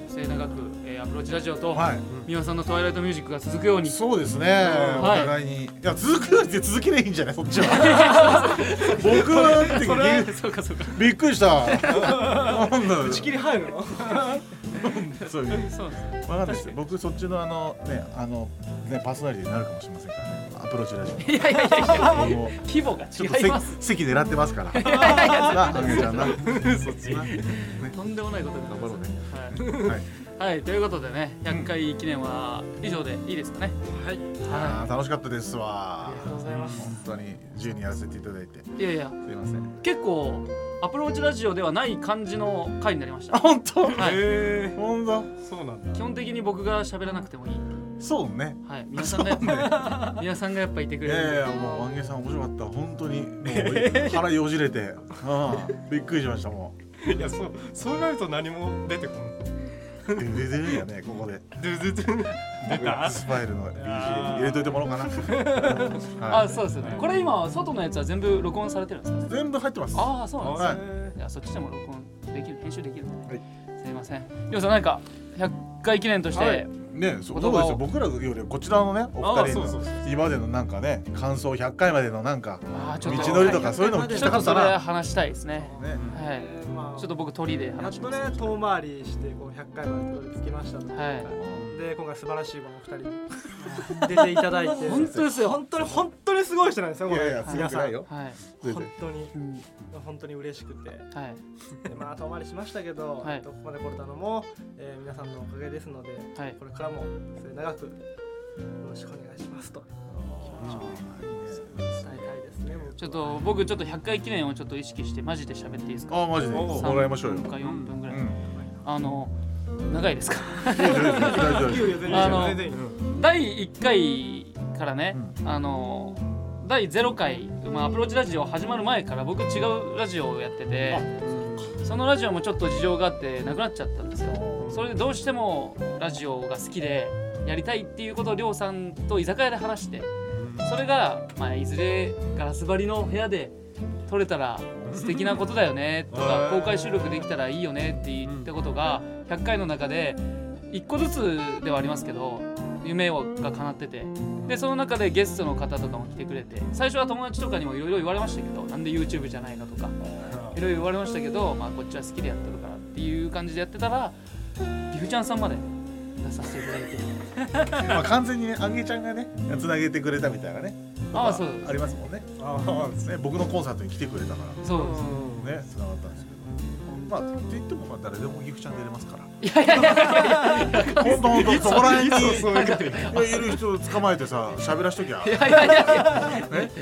Speaker 1: 末永く、えー、アプローチラジオと、
Speaker 3: はい
Speaker 1: 美輪さんの「トワイライトミュージック」が続くように
Speaker 3: そうですね、
Speaker 1: い
Speaker 3: お互いにいや続くようにって続ければいいんじゃないそっちは僕はだって
Speaker 1: それそうかそうか
Speaker 3: びっくりしたなんだ打
Speaker 2: 打ち切り入るの
Speaker 3: そういう
Speaker 1: そうです
Speaker 3: わかんないですよ僕そっちのあのねあのねパーソナリティになるかもしれませんからねアプローチラジ
Speaker 1: いやいやいやいや
Speaker 3: オもう
Speaker 1: 規模が
Speaker 3: ちょっと
Speaker 1: 違い
Speaker 3: 席
Speaker 1: ます
Speaker 3: 席狙ってますからなあげちゃんな
Speaker 4: そっち
Speaker 3: な
Speaker 1: とんでもないことになりますね
Speaker 3: は
Speaker 1: は
Speaker 3: い
Speaker 1: い、はい、ということでね100回記念は以上でいいですかねはい
Speaker 3: あー楽しかったですわ
Speaker 2: ありがとうございます
Speaker 3: 本当に自由にやらせていただいてす
Speaker 1: いやいや
Speaker 3: いません
Speaker 1: 結構アプローチラジオではない感じの回になりました
Speaker 3: あ本当
Speaker 1: はい
Speaker 4: へえ
Speaker 3: 本当
Speaker 4: そうなん
Speaker 1: 基
Speaker 4: だ
Speaker 1: 本的に僕が喋らなくてもいい
Speaker 3: そうね
Speaker 1: はい皆さんがやっぱ皆さんがやっぱいてく
Speaker 3: い
Speaker 1: れ
Speaker 3: やい
Speaker 1: る
Speaker 3: やもうワンゲンさん面白かった本当にもう腹よじれて、うん、びっくりしましたもう
Speaker 4: いやそうそうなると何も出てこない
Speaker 3: 出てるんやねここで
Speaker 4: ドゥドゥドゥ出た
Speaker 3: スパイルの BGM 入れといてもらおうかな、は
Speaker 1: あそうですよねこれ今外のやつは全部録音されてるんですか
Speaker 3: 全部入ってます
Speaker 1: ああそうなんです
Speaker 3: はい
Speaker 1: ねいやそっちでも録音できる編集できるんで
Speaker 3: はい
Speaker 1: ねすいませんりょうさん何か100回記念として
Speaker 3: は
Speaker 1: はい
Speaker 3: いねそうそ
Speaker 1: 言
Speaker 3: う
Speaker 1: 葉を
Speaker 3: ですよ僕らよりこちらのねお
Speaker 4: あ
Speaker 3: 二人
Speaker 4: そうそう
Speaker 3: の
Speaker 4: そう
Speaker 3: 今までのなんかね感想100回までのなんか
Speaker 1: あーち
Speaker 3: 道
Speaker 1: ょっと
Speaker 3: のりとかそういうのも聞き
Speaker 1: ちょ
Speaker 3: た
Speaker 1: っ
Speaker 3: か
Speaker 1: と
Speaker 3: った
Speaker 1: それ
Speaker 3: な、
Speaker 1: 話したいですね
Speaker 3: ね、
Speaker 1: はい
Speaker 2: えーまあ
Speaker 1: ちょっと僕鳥で
Speaker 2: やっ
Speaker 1: 話し
Speaker 2: と
Speaker 1: ます
Speaker 2: ね遠回りしてこう100回までたどり着きましたと
Speaker 1: はい
Speaker 2: で今回素晴らしいこのお二人に出ていただいて
Speaker 1: 本当ですよ
Speaker 2: 本当に本当にすごい人なんですよ
Speaker 3: い
Speaker 2: これ
Speaker 3: やいやすご
Speaker 2: 皆
Speaker 3: く
Speaker 2: さ
Speaker 3: ない
Speaker 2: ん
Speaker 3: よ
Speaker 1: はい
Speaker 3: 全
Speaker 2: 本
Speaker 3: 然
Speaker 2: 当に
Speaker 1: うん
Speaker 2: 本当に嬉しくて
Speaker 1: はい
Speaker 2: でまあ遠回りしましたけど、
Speaker 1: はい
Speaker 2: どこまで来れたのも、えー皆さんのおかげですので
Speaker 1: はい
Speaker 2: これからも末永くよろしくお願いしますと伝えたいですね僕は
Speaker 1: ちょっと僕ちょっと100回記念をちょっと意識してマジで喋っていいですか
Speaker 3: あマジで
Speaker 4: お
Speaker 3: もらいましょうよ、
Speaker 1: 3分か4分ぐ
Speaker 3: う
Speaker 1: らい、
Speaker 3: ん、
Speaker 1: あの長いですか
Speaker 3: 大丈夫
Speaker 2: い
Speaker 3: で
Speaker 2: い
Speaker 3: す
Speaker 2: よいいよ全然いいよ
Speaker 1: あの
Speaker 2: 全然いいよ
Speaker 1: 第1回からね、あの第0回、まあ、アプローチラジオ始まる前から僕違うラジオをやっててそのラジオもちょっと事情があってなくなっちゃったんですよそれでどうしてもラジオが好きでやりたいっていうことをりょうさんと居酒屋で話してそれが、まあ、いずれガラス張りの部屋で撮れたら素敵なことだよねとか公開収録できたらいいよねって言ったことが100回の中で1個ずつではありますけど夢をが叶っててでその中でゲストの方とかも来てくれて最初は友達とかにもいろいろ言われましたけどなんで YouTube じゃないのとかいろいろ言われましたけど、まあ、こっちは好きでやってるからっていう感じでやってたらリフちゃんさんまで出させていただいて
Speaker 3: まあ完全にねあげちゃんがねつなげてくれたみたいなね
Speaker 1: ああそう
Speaker 3: ありますもんね
Speaker 4: ああ
Speaker 3: ね僕のコンサートに来てくれたから
Speaker 1: そうです
Speaker 3: ねつながったんですけどまあって言ってもまあ誰でもギフちゃん出れますから
Speaker 1: いやいやいや
Speaker 3: 本当本当そこら辺に
Speaker 4: そういう
Speaker 3: いる人を捕まえてさ喋らしときゃ
Speaker 1: いやいやいやいや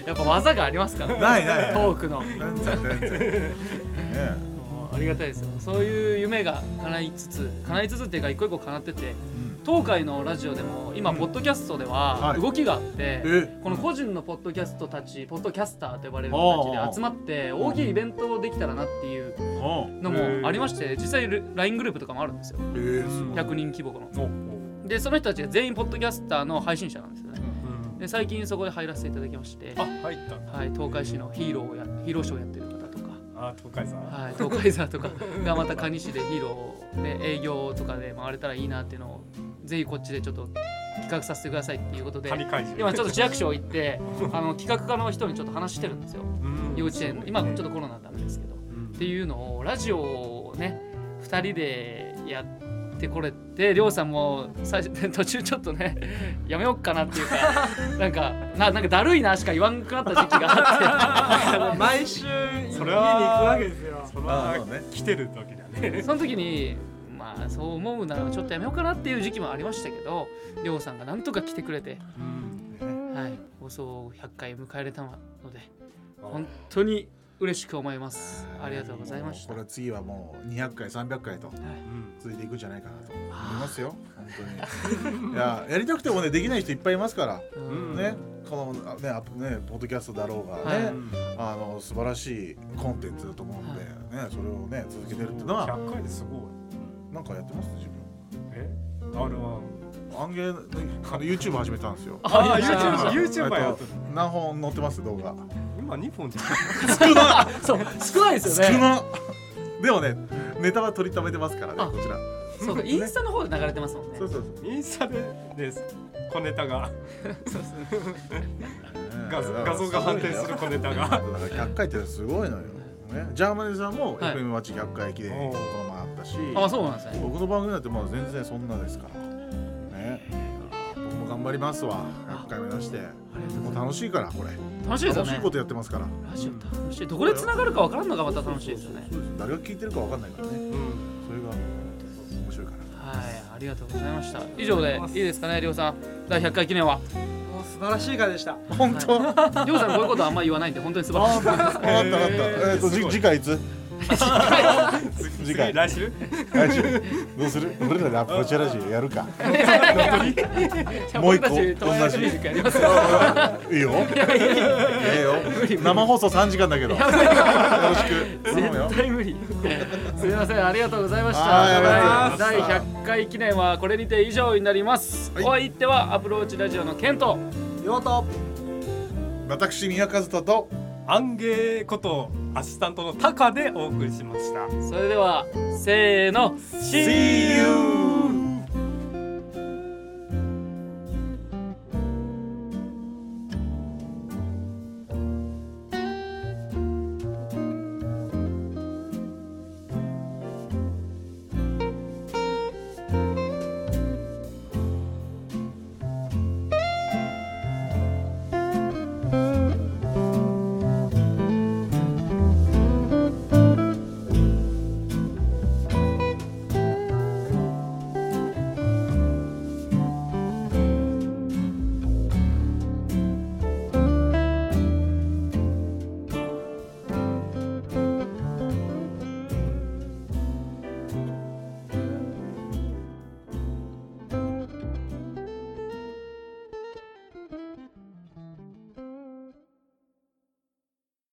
Speaker 1: やっぱ技がありますから
Speaker 3: ないない
Speaker 1: トークの
Speaker 3: 全然全然ね
Speaker 1: ありがたいですよそういう夢が叶いつつ叶いつつっていうか一個一個叶ってて、東海のラジオでも今、
Speaker 3: うん
Speaker 1: ポッドキャストでは
Speaker 3: はい
Speaker 1: 動きがあって、
Speaker 3: え
Speaker 1: この個人のポッドキャストたちポッドキャスターと呼ばれる人たちで集まって大きいイベントをできたらなっていう
Speaker 3: うん
Speaker 1: のもありまして実際 LINE グループとかもあるんですよ
Speaker 3: えーすごい
Speaker 1: 100人規模の
Speaker 4: おお
Speaker 1: でその人たちが全員ポッドキャスターの配信者なんですよね
Speaker 4: うん
Speaker 1: で最近そこで入らせていただきまして
Speaker 4: あ入った
Speaker 1: はい、東海市のヒーローをやヒーローショーをやってる方とか、
Speaker 4: あ東海さん
Speaker 1: はい、東海座とかがまた蟹市でヒーローで営業とかで回れたらいいなっていうのをぜひこっちでちょっと企画させてくださいっていうことで
Speaker 4: 仮会場
Speaker 1: 今ちょっと市役所行 ってあの企画家の人にちょっと話してるんですよ
Speaker 4: うん
Speaker 1: 幼稚園今ちょっとコロナダメですけどっ
Speaker 4: うん
Speaker 1: ていうのをラジオをね2人でやってこれてりょうさんも最初途中ちょっとね やめよっかなっていうかなんかななんかだるいなしか言わんくなった時期があって。
Speaker 2: 毎週家に行
Speaker 4: そ
Speaker 2: く
Speaker 4: れ
Speaker 2: わ
Speaker 4: は
Speaker 2: けですよ
Speaker 4: その
Speaker 3: あそうね
Speaker 4: 来てる時だね
Speaker 1: その時にまあそう思うならちょっとやめようかなっていう時期もありましたけどりょうさんがなんとか来てくれて、はい、放送100回迎えれたので本当に嬉しく思いますありがとうございました
Speaker 3: これ次はもう200回300回と
Speaker 4: うん
Speaker 3: 続いていくんじゃないかなと思いますよ本当にいややりたくてもねできない人いっぱいいますから
Speaker 1: うん
Speaker 3: ねこのあねアップねポッドキャストだろうがね、
Speaker 1: はい
Speaker 3: あの素晴らしいコンテンツだと思うんで、ねそれをね続けてるってのは
Speaker 4: 100回ですごい
Speaker 3: なんかやってます自分
Speaker 4: え R1
Speaker 3: アンゲーあの YouTube 始めたんですよ
Speaker 4: あ
Speaker 1: あ
Speaker 4: YouTuber やっ
Speaker 3: えっと何本載ってます動画
Speaker 4: 今2本じゃん
Speaker 1: そう少ないですよ
Speaker 3: 少
Speaker 1: ね
Speaker 3: なでもねネタは取りためてますからね
Speaker 1: あ
Speaker 3: こちら
Speaker 1: そうかインスタの方で流れてますもんね
Speaker 3: そうそう
Speaker 4: インスタでです小ネ タが
Speaker 3: そう
Speaker 4: 画像画像が反転する小ネタが
Speaker 3: だから100回ってすごいのよ、ね、ジャーマネさんも
Speaker 1: はい
Speaker 3: FM マッチ100回記念
Speaker 4: お
Speaker 3: の
Speaker 4: う
Speaker 3: この前あったし
Speaker 1: あそうなんですね
Speaker 3: 僕の番組なんてまだ全然そんなですからね僕も頑張りますわ100回目指して
Speaker 1: ありがとうご
Speaker 3: もう
Speaker 1: ざいま
Speaker 3: 楽しいからこれ
Speaker 1: す楽しいですよ
Speaker 3: 楽しい
Speaker 1: ね
Speaker 3: ことやってますから
Speaker 1: ラジオ楽しいどこで繋がるか分からんのがまた楽しいですよね
Speaker 3: 誰が聞いてるかわかんないからね
Speaker 4: うん
Speaker 3: それが面白いから
Speaker 1: はいありがとうございました以上でいいですかねりょうさん第100回記念は
Speaker 2: もう素晴らしい回でした
Speaker 3: 本 当あ
Speaker 1: りょうさんこういうことはあんまり言わないんで本当に素晴らしい
Speaker 3: 分かった分かったえっと
Speaker 4: すごい
Speaker 3: じ次回いつ次
Speaker 4: 次
Speaker 3: 回
Speaker 4: 来週
Speaker 3: 来週どうする俺らでアプローチラジオやるか もう
Speaker 1: じゃあ僕
Speaker 3: 一個
Speaker 1: たち友達ミュージックやりますよ
Speaker 3: いいよいいよ生放送3時間だけどよろしく頼むよ
Speaker 1: 絶対無理すみませんありがとうございました
Speaker 3: はいありが
Speaker 4: とうござ
Speaker 1: 第
Speaker 4: いました
Speaker 1: 100回記念はこれにて以上になります、
Speaker 3: はい
Speaker 1: お相手はアプローチラジオのケント
Speaker 2: ようと
Speaker 3: 私宮和人と
Speaker 4: アンゲーことアシスタントのタカでお送りしました
Speaker 1: それではせーの
Speaker 3: See you!